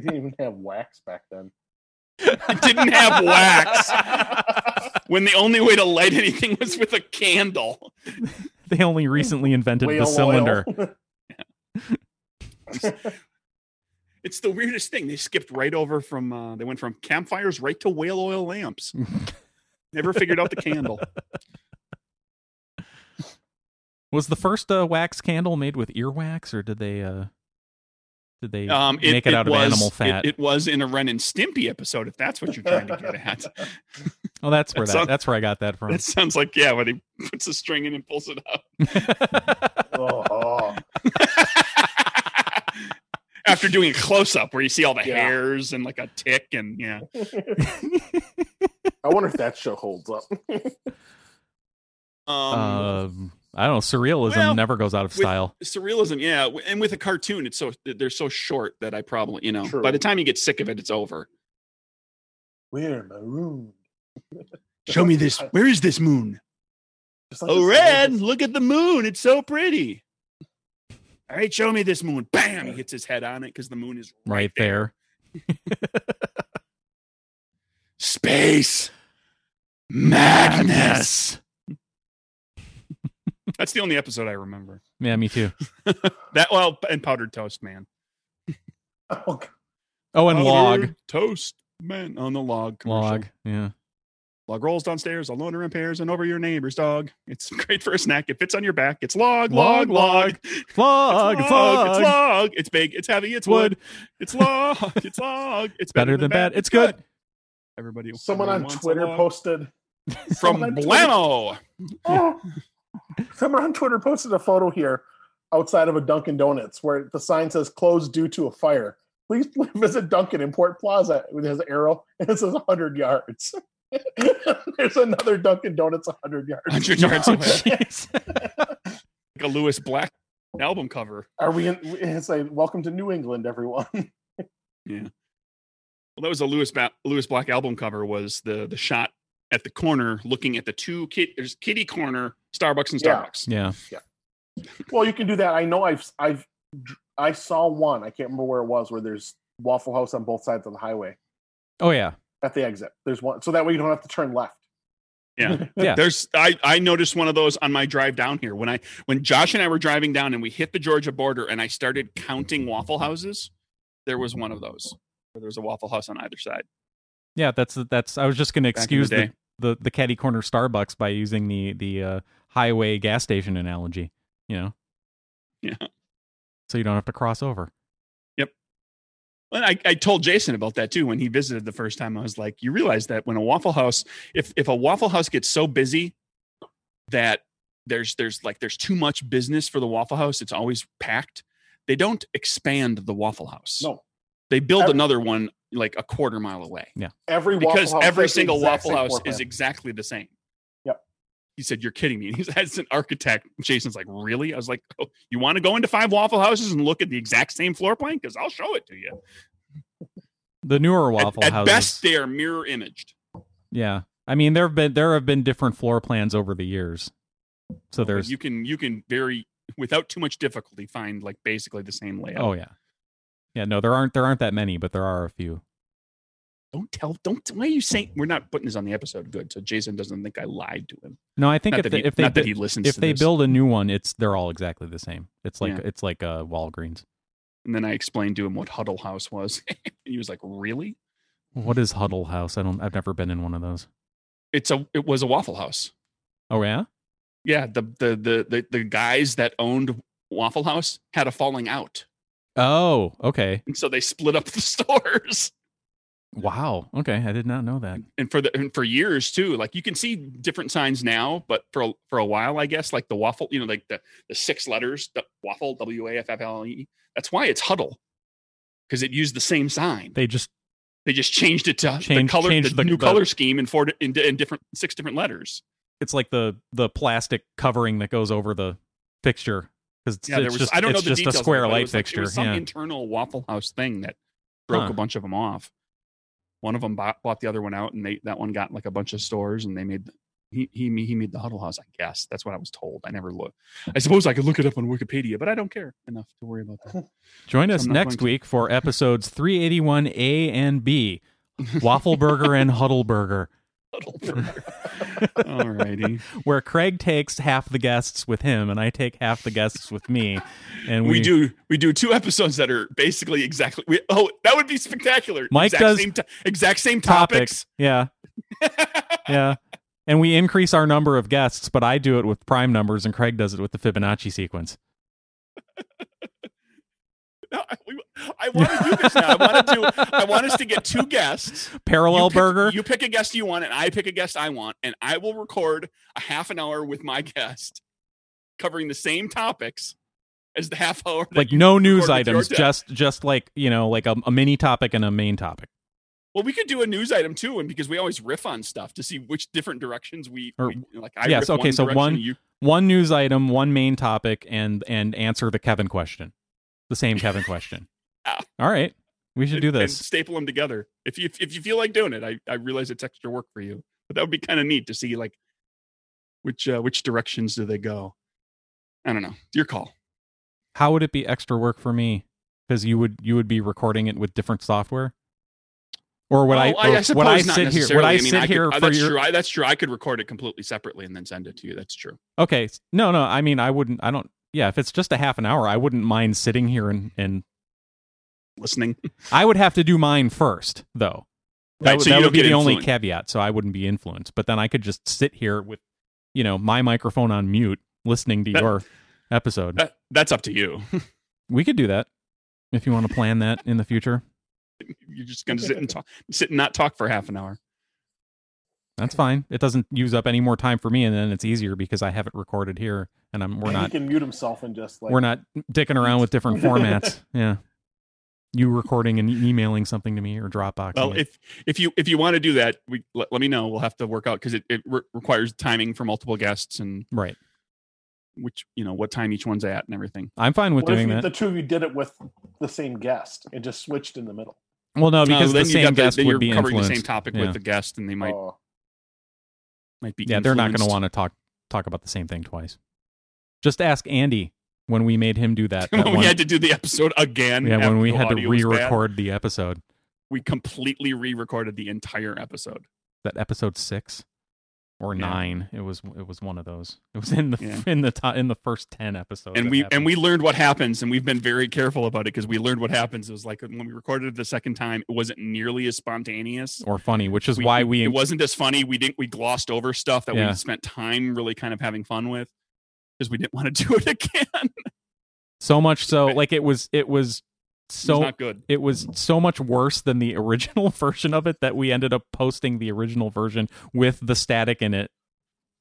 didn't even have wax back (laughs) then. It didn't have wax. when the only way to light anything was with a candle. They only recently invented Whale the oil. cylinder. It's the weirdest thing. They skipped right over from uh, they went from campfires right to whale oil lamps. (laughs) Never figured out the candle. Was the first uh, wax candle made with earwax, or did they uh, did they Um, it, make it, out was, of animal it- fat? It, was in a Ren and Stimpy episode. If that's what you're trying to get (laughs) at, oh, that's that where that, sounds- that's where I got that from. that sounds like yeah. When he puts a string in and pulls it out (laughs) Oh. after doing a close up where you see all the Yeah. hairs and like a tick and yeah. I wonder if that show holds up. (laughs) Um, um, I don't know. Surrealism well, never goes out of with- style. surrealism yeah w- and with a cartoon it's so they're so short that i probably you know True. by the time you get sick of it it's over We're marooned. show me this where is this moon Just like oh this- red look at the moon it's so pretty all right show me this moon bam he hits his head on it because the moon is Right there. space (laughs) madness that's the only episode i remember Yeah, me too. that well and powdered toast man (laughs) Oh, God. Oh, and log, Powdered toast man on the log commercial. log. Yeah, Log rolls downstairs, alone in pairs, and over your neighbor's dog. It's (laughs) great for a snack. It fits on your back. It's log, log, Log, log. log, it's log. It's log. It's big. It's heavy. It's wood. It's log. It's log. It's Better than bad. It's good. Everybody. Someone everyone on wants a Twitter log. posted. (laughs) from someone on Twitter- Blamo. Oh. (laughs) Someone on Twitter posted a photo here outside of a Dunkin' Donuts where the sign says closed due to a fire. Please (laughs) visit Dunkin' in Port Plaza with his arrow (laughs) and it says 100 yards. (laughs) There's another Dunkin' Donuts 100 yards. 100 yards away. (laughs) Like Jeez. a Lewis Black album cover. Are we in? It's like, welcome to New England, everyone. Well, that was a Lewis, ba- Lewis Black album cover was the, the shot at the corner looking at the two kid. There's kitty corner, Starbucks and Yeah. Starbucks. (laughs) yeah. well, you can do that. I know I've, I've, I saw one. I can't remember where it was where there's Waffle House on both sides of the highway Oh yeah. at the exit. There's one. So that way you don't have to turn left. (laughs) Yeah. Yeah. There's I I noticed one of those on my drive down here when I when Josh and I were driving down and we hit the Georgia border and I started counting waffle houses. There was one of those. Where there was a waffle house on either side. Yeah, that's that's. I was just going to the excuse day. the, the the caddy corner Starbucks by using the the uh, highway gas station analogy. You know. Yeah. So you don't have to cross over. And I, I told Jason about that too when he visited the first time. I was like, you realize that when a Waffle House, if if a Waffle House gets so busy that there's there's like there's too much business for the Waffle House, it's always packed. They don't expand the Waffle House. No, They build Ev- another one like a quarter mile away every waffle because House every has the single exact Waffle same House floor is plan. exactly the same. Yep. He said, "You're kidding me." (laughs) And he's as an architect, Jason's like, "Really?" I was like, oh, "You want to go into five Waffle Houses and look at the exact same floor plan? Because I'll show it to you." The newer At- waffle at houses. best, they are mirror imaged. yeah. I mean, there have been there have been different floor plans over the years. So But there's. you can you can very without too much difficulty find like basically the same layout. Oh yeah. Yeah. No, there aren't there aren't that many, but there are a few. Don't tell don't why are you saying we're not putting this on the episode good so Jason doesn't think I lied to him. No, I think Not if that they, he- if they not that bu- he listens if to they this. build a new one, it's they're all exactly the same. It's like Yeah. it's like uh, Walgreens. and then I explained to him what Huddle House was. (laughs) he was like, "Really? What is Huddle House? I don't. I've never been in one of those. It's a it was a Waffle House." Oh yeah. Yeah, the the the the, the guys that owned Waffle House had a falling out. Oh okay. And so they split up (laughs) the stores. Wow. Okay, I did not know that. and for the and for years too like you can see different signs now but for a, for a while i guess like the waffle you know like the the six letters the waffle w a f f l e that's why it's huddle because it used the same sign They just they just changed it to Change- the color changed the, the- new the- color scheme in four di- in, di- in different six different letters it's like the the plastic covering that goes over the fixture because it's, yeah there it's was just i don't know it's the just details a of it, square but it light was like- there fixture. was some yeah. internal waffle house thing that broke Huh. a bunch of them off one of them bought, bought the other one out and they that one got like a bunch of stores and they made he, he he made the huddle house i guess that's what i was told i never looked i suppose i could look it up on wikipedia but i don't care enough to worry about that Join So us I'm not next going to- week for episodes 381A and (laughs) B, Waffle Burger and Huddle Burger, (laughs) Huddle burger. all righty where Craig takes half the guests with him and I take half the guests with me, and we, do we do two episodes that are basically exactly we, oh that would be spectacular Mike exact does same to- exact same topics. topics, (laughs) Yeah, yeah. And we increase our number of guests, but I do it with prime numbers, and Craig does it with the Fibonacci sequence. No, I, (laughs) we- I want to do this now. I want to do. I want us to get two guests. (laughs) Parallel you pick, burger. You pick a guest you want, and I pick a guest I want, and I will record a half an hour with my guest, covering the same topics as the half hour. that like you- no news with your items dad. just just like you know like a, a mini topic and a main topic well, we could do a news item too, and because we always riff on stuff to see which different directions we, Or- we- like. I yes, riff okay, so direction, one- You, one news item one main topic and and answer the kevin question the same kevin (laughs) question Yeah. all right we should do and- and this staple them together. If you if you feel like doing it, I I realize it's extra work for you, but that would be kind of neat to see like which uh, which directions do they go. I don't know. Your call. how would it be extra work for me because you would you would be recording it with different software or would i, Well, or would i Oh, suppose not sit here would necessarily. i, mean, sit could- here uh, for that's your true. I, that's true. I could record it completely separately and then send it to you. That's true. okay s- no no i mean i wouldn't i don't yeah if it's just a half an hour i wouldn't mind sitting here and and (laughs) Listening. I would have to do mine first, though. That, Right, would- so that you would don't be get the only influenced. caveat, so I wouldn't be influenced. But then I could just sit here with, you know, my microphone on mute, (laughs) listening to That- your episode. That, that's up to you. (laughs) we could do that if you want to plan that in the future. You're just going to sit and talk, sit and not talk for half an hour. That's fine. It doesn't use up any more time for me, and then it's easier because I have it recorded here, and I'm we're And not He can mute himself and just like we're not dicking around with (laughs) different formats. yeah, you recording and emailing something to me or Dropbox. Well, if if you if you want to do that, we let, let me know. We'll have to work out because it it re- requires timing for multiple guests and right, which you know what time each one's at and everything. I'm fine with What if doing you- that. the two of you did it with the same guest and just switched in the middle? well, no, Oh, because Uh, then the you same got guest then would you're be covering influenced. the same topic Yeah. with the guest, and they might (laughs) Oh. (laughs) might be yeah they're not going to influenced. want to talk talk about the same thing twice just ask andy when we made him (laughs) do that, that when (laughs) one- we had to do the episode again. yeah when after we the had to audio was bad, re-record the episode we completely re-recorded the entire episode. that episode six or Yeah. nine. It was it was one of those. It was in the Yeah. (laughs) in the to, in the first ten episodes. and Oh, that we and happened. we learned what happens and we've been very careful about it because we learned what happens it was like when we recorded it the second time it wasn't nearly as spontaneous or funny, which is We- why we it wasn't as funny we didn't we glossed over stuff that Yeah. we spent time really kind of having fun with because we didn't want to (laughs) do it again so much so like it was it was it's so not good it was so much worse than the (laughs) original version of it that we ended up posting the original version with the static in it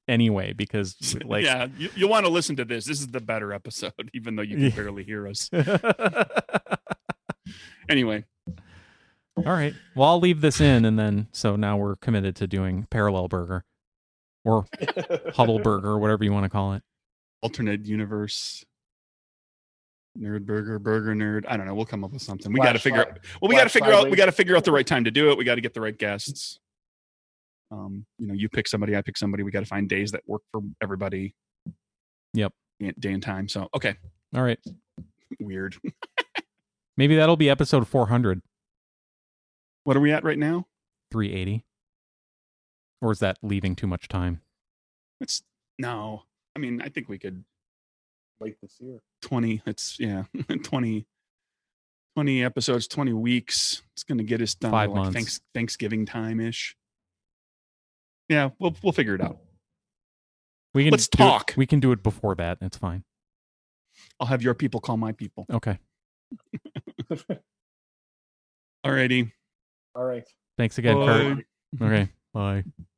anyway because (laughs) like yeah you, you want to listen to this this is the better episode (laughs) even though you can Yeah. barely hear us (laughs) all anyway right well i'll leave this in and then so now we're committed to doing parallel burger or (laughs) huddle burger whatever you want to call it alternate universe nerd burger burger nerd i don't know we'll come up with something we Flash got to figure out flood. well we got to Black figure out we Friday. got to figure out the right time to do it we got to get the right guests um you know you pick somebody i pick somebody we got to find days that work for everybody Yep. And- day and time so okay all right weird (laughs) maybe that'll be episode 400 what are we at right now 380 or is that leaving too much time it's no i mean i think we could Late this year. 20 it's yeah (laughs) 20 20 episodes 20 weeks it's gonna get us down Five to like months. thanks, thanksgiving time ish yeah we'll we'll figure it out we can Let's do it- talk. we can do it before that it's fine i'll have your people call my people okay alrighty All right. thanks again Bye. kurt okay bye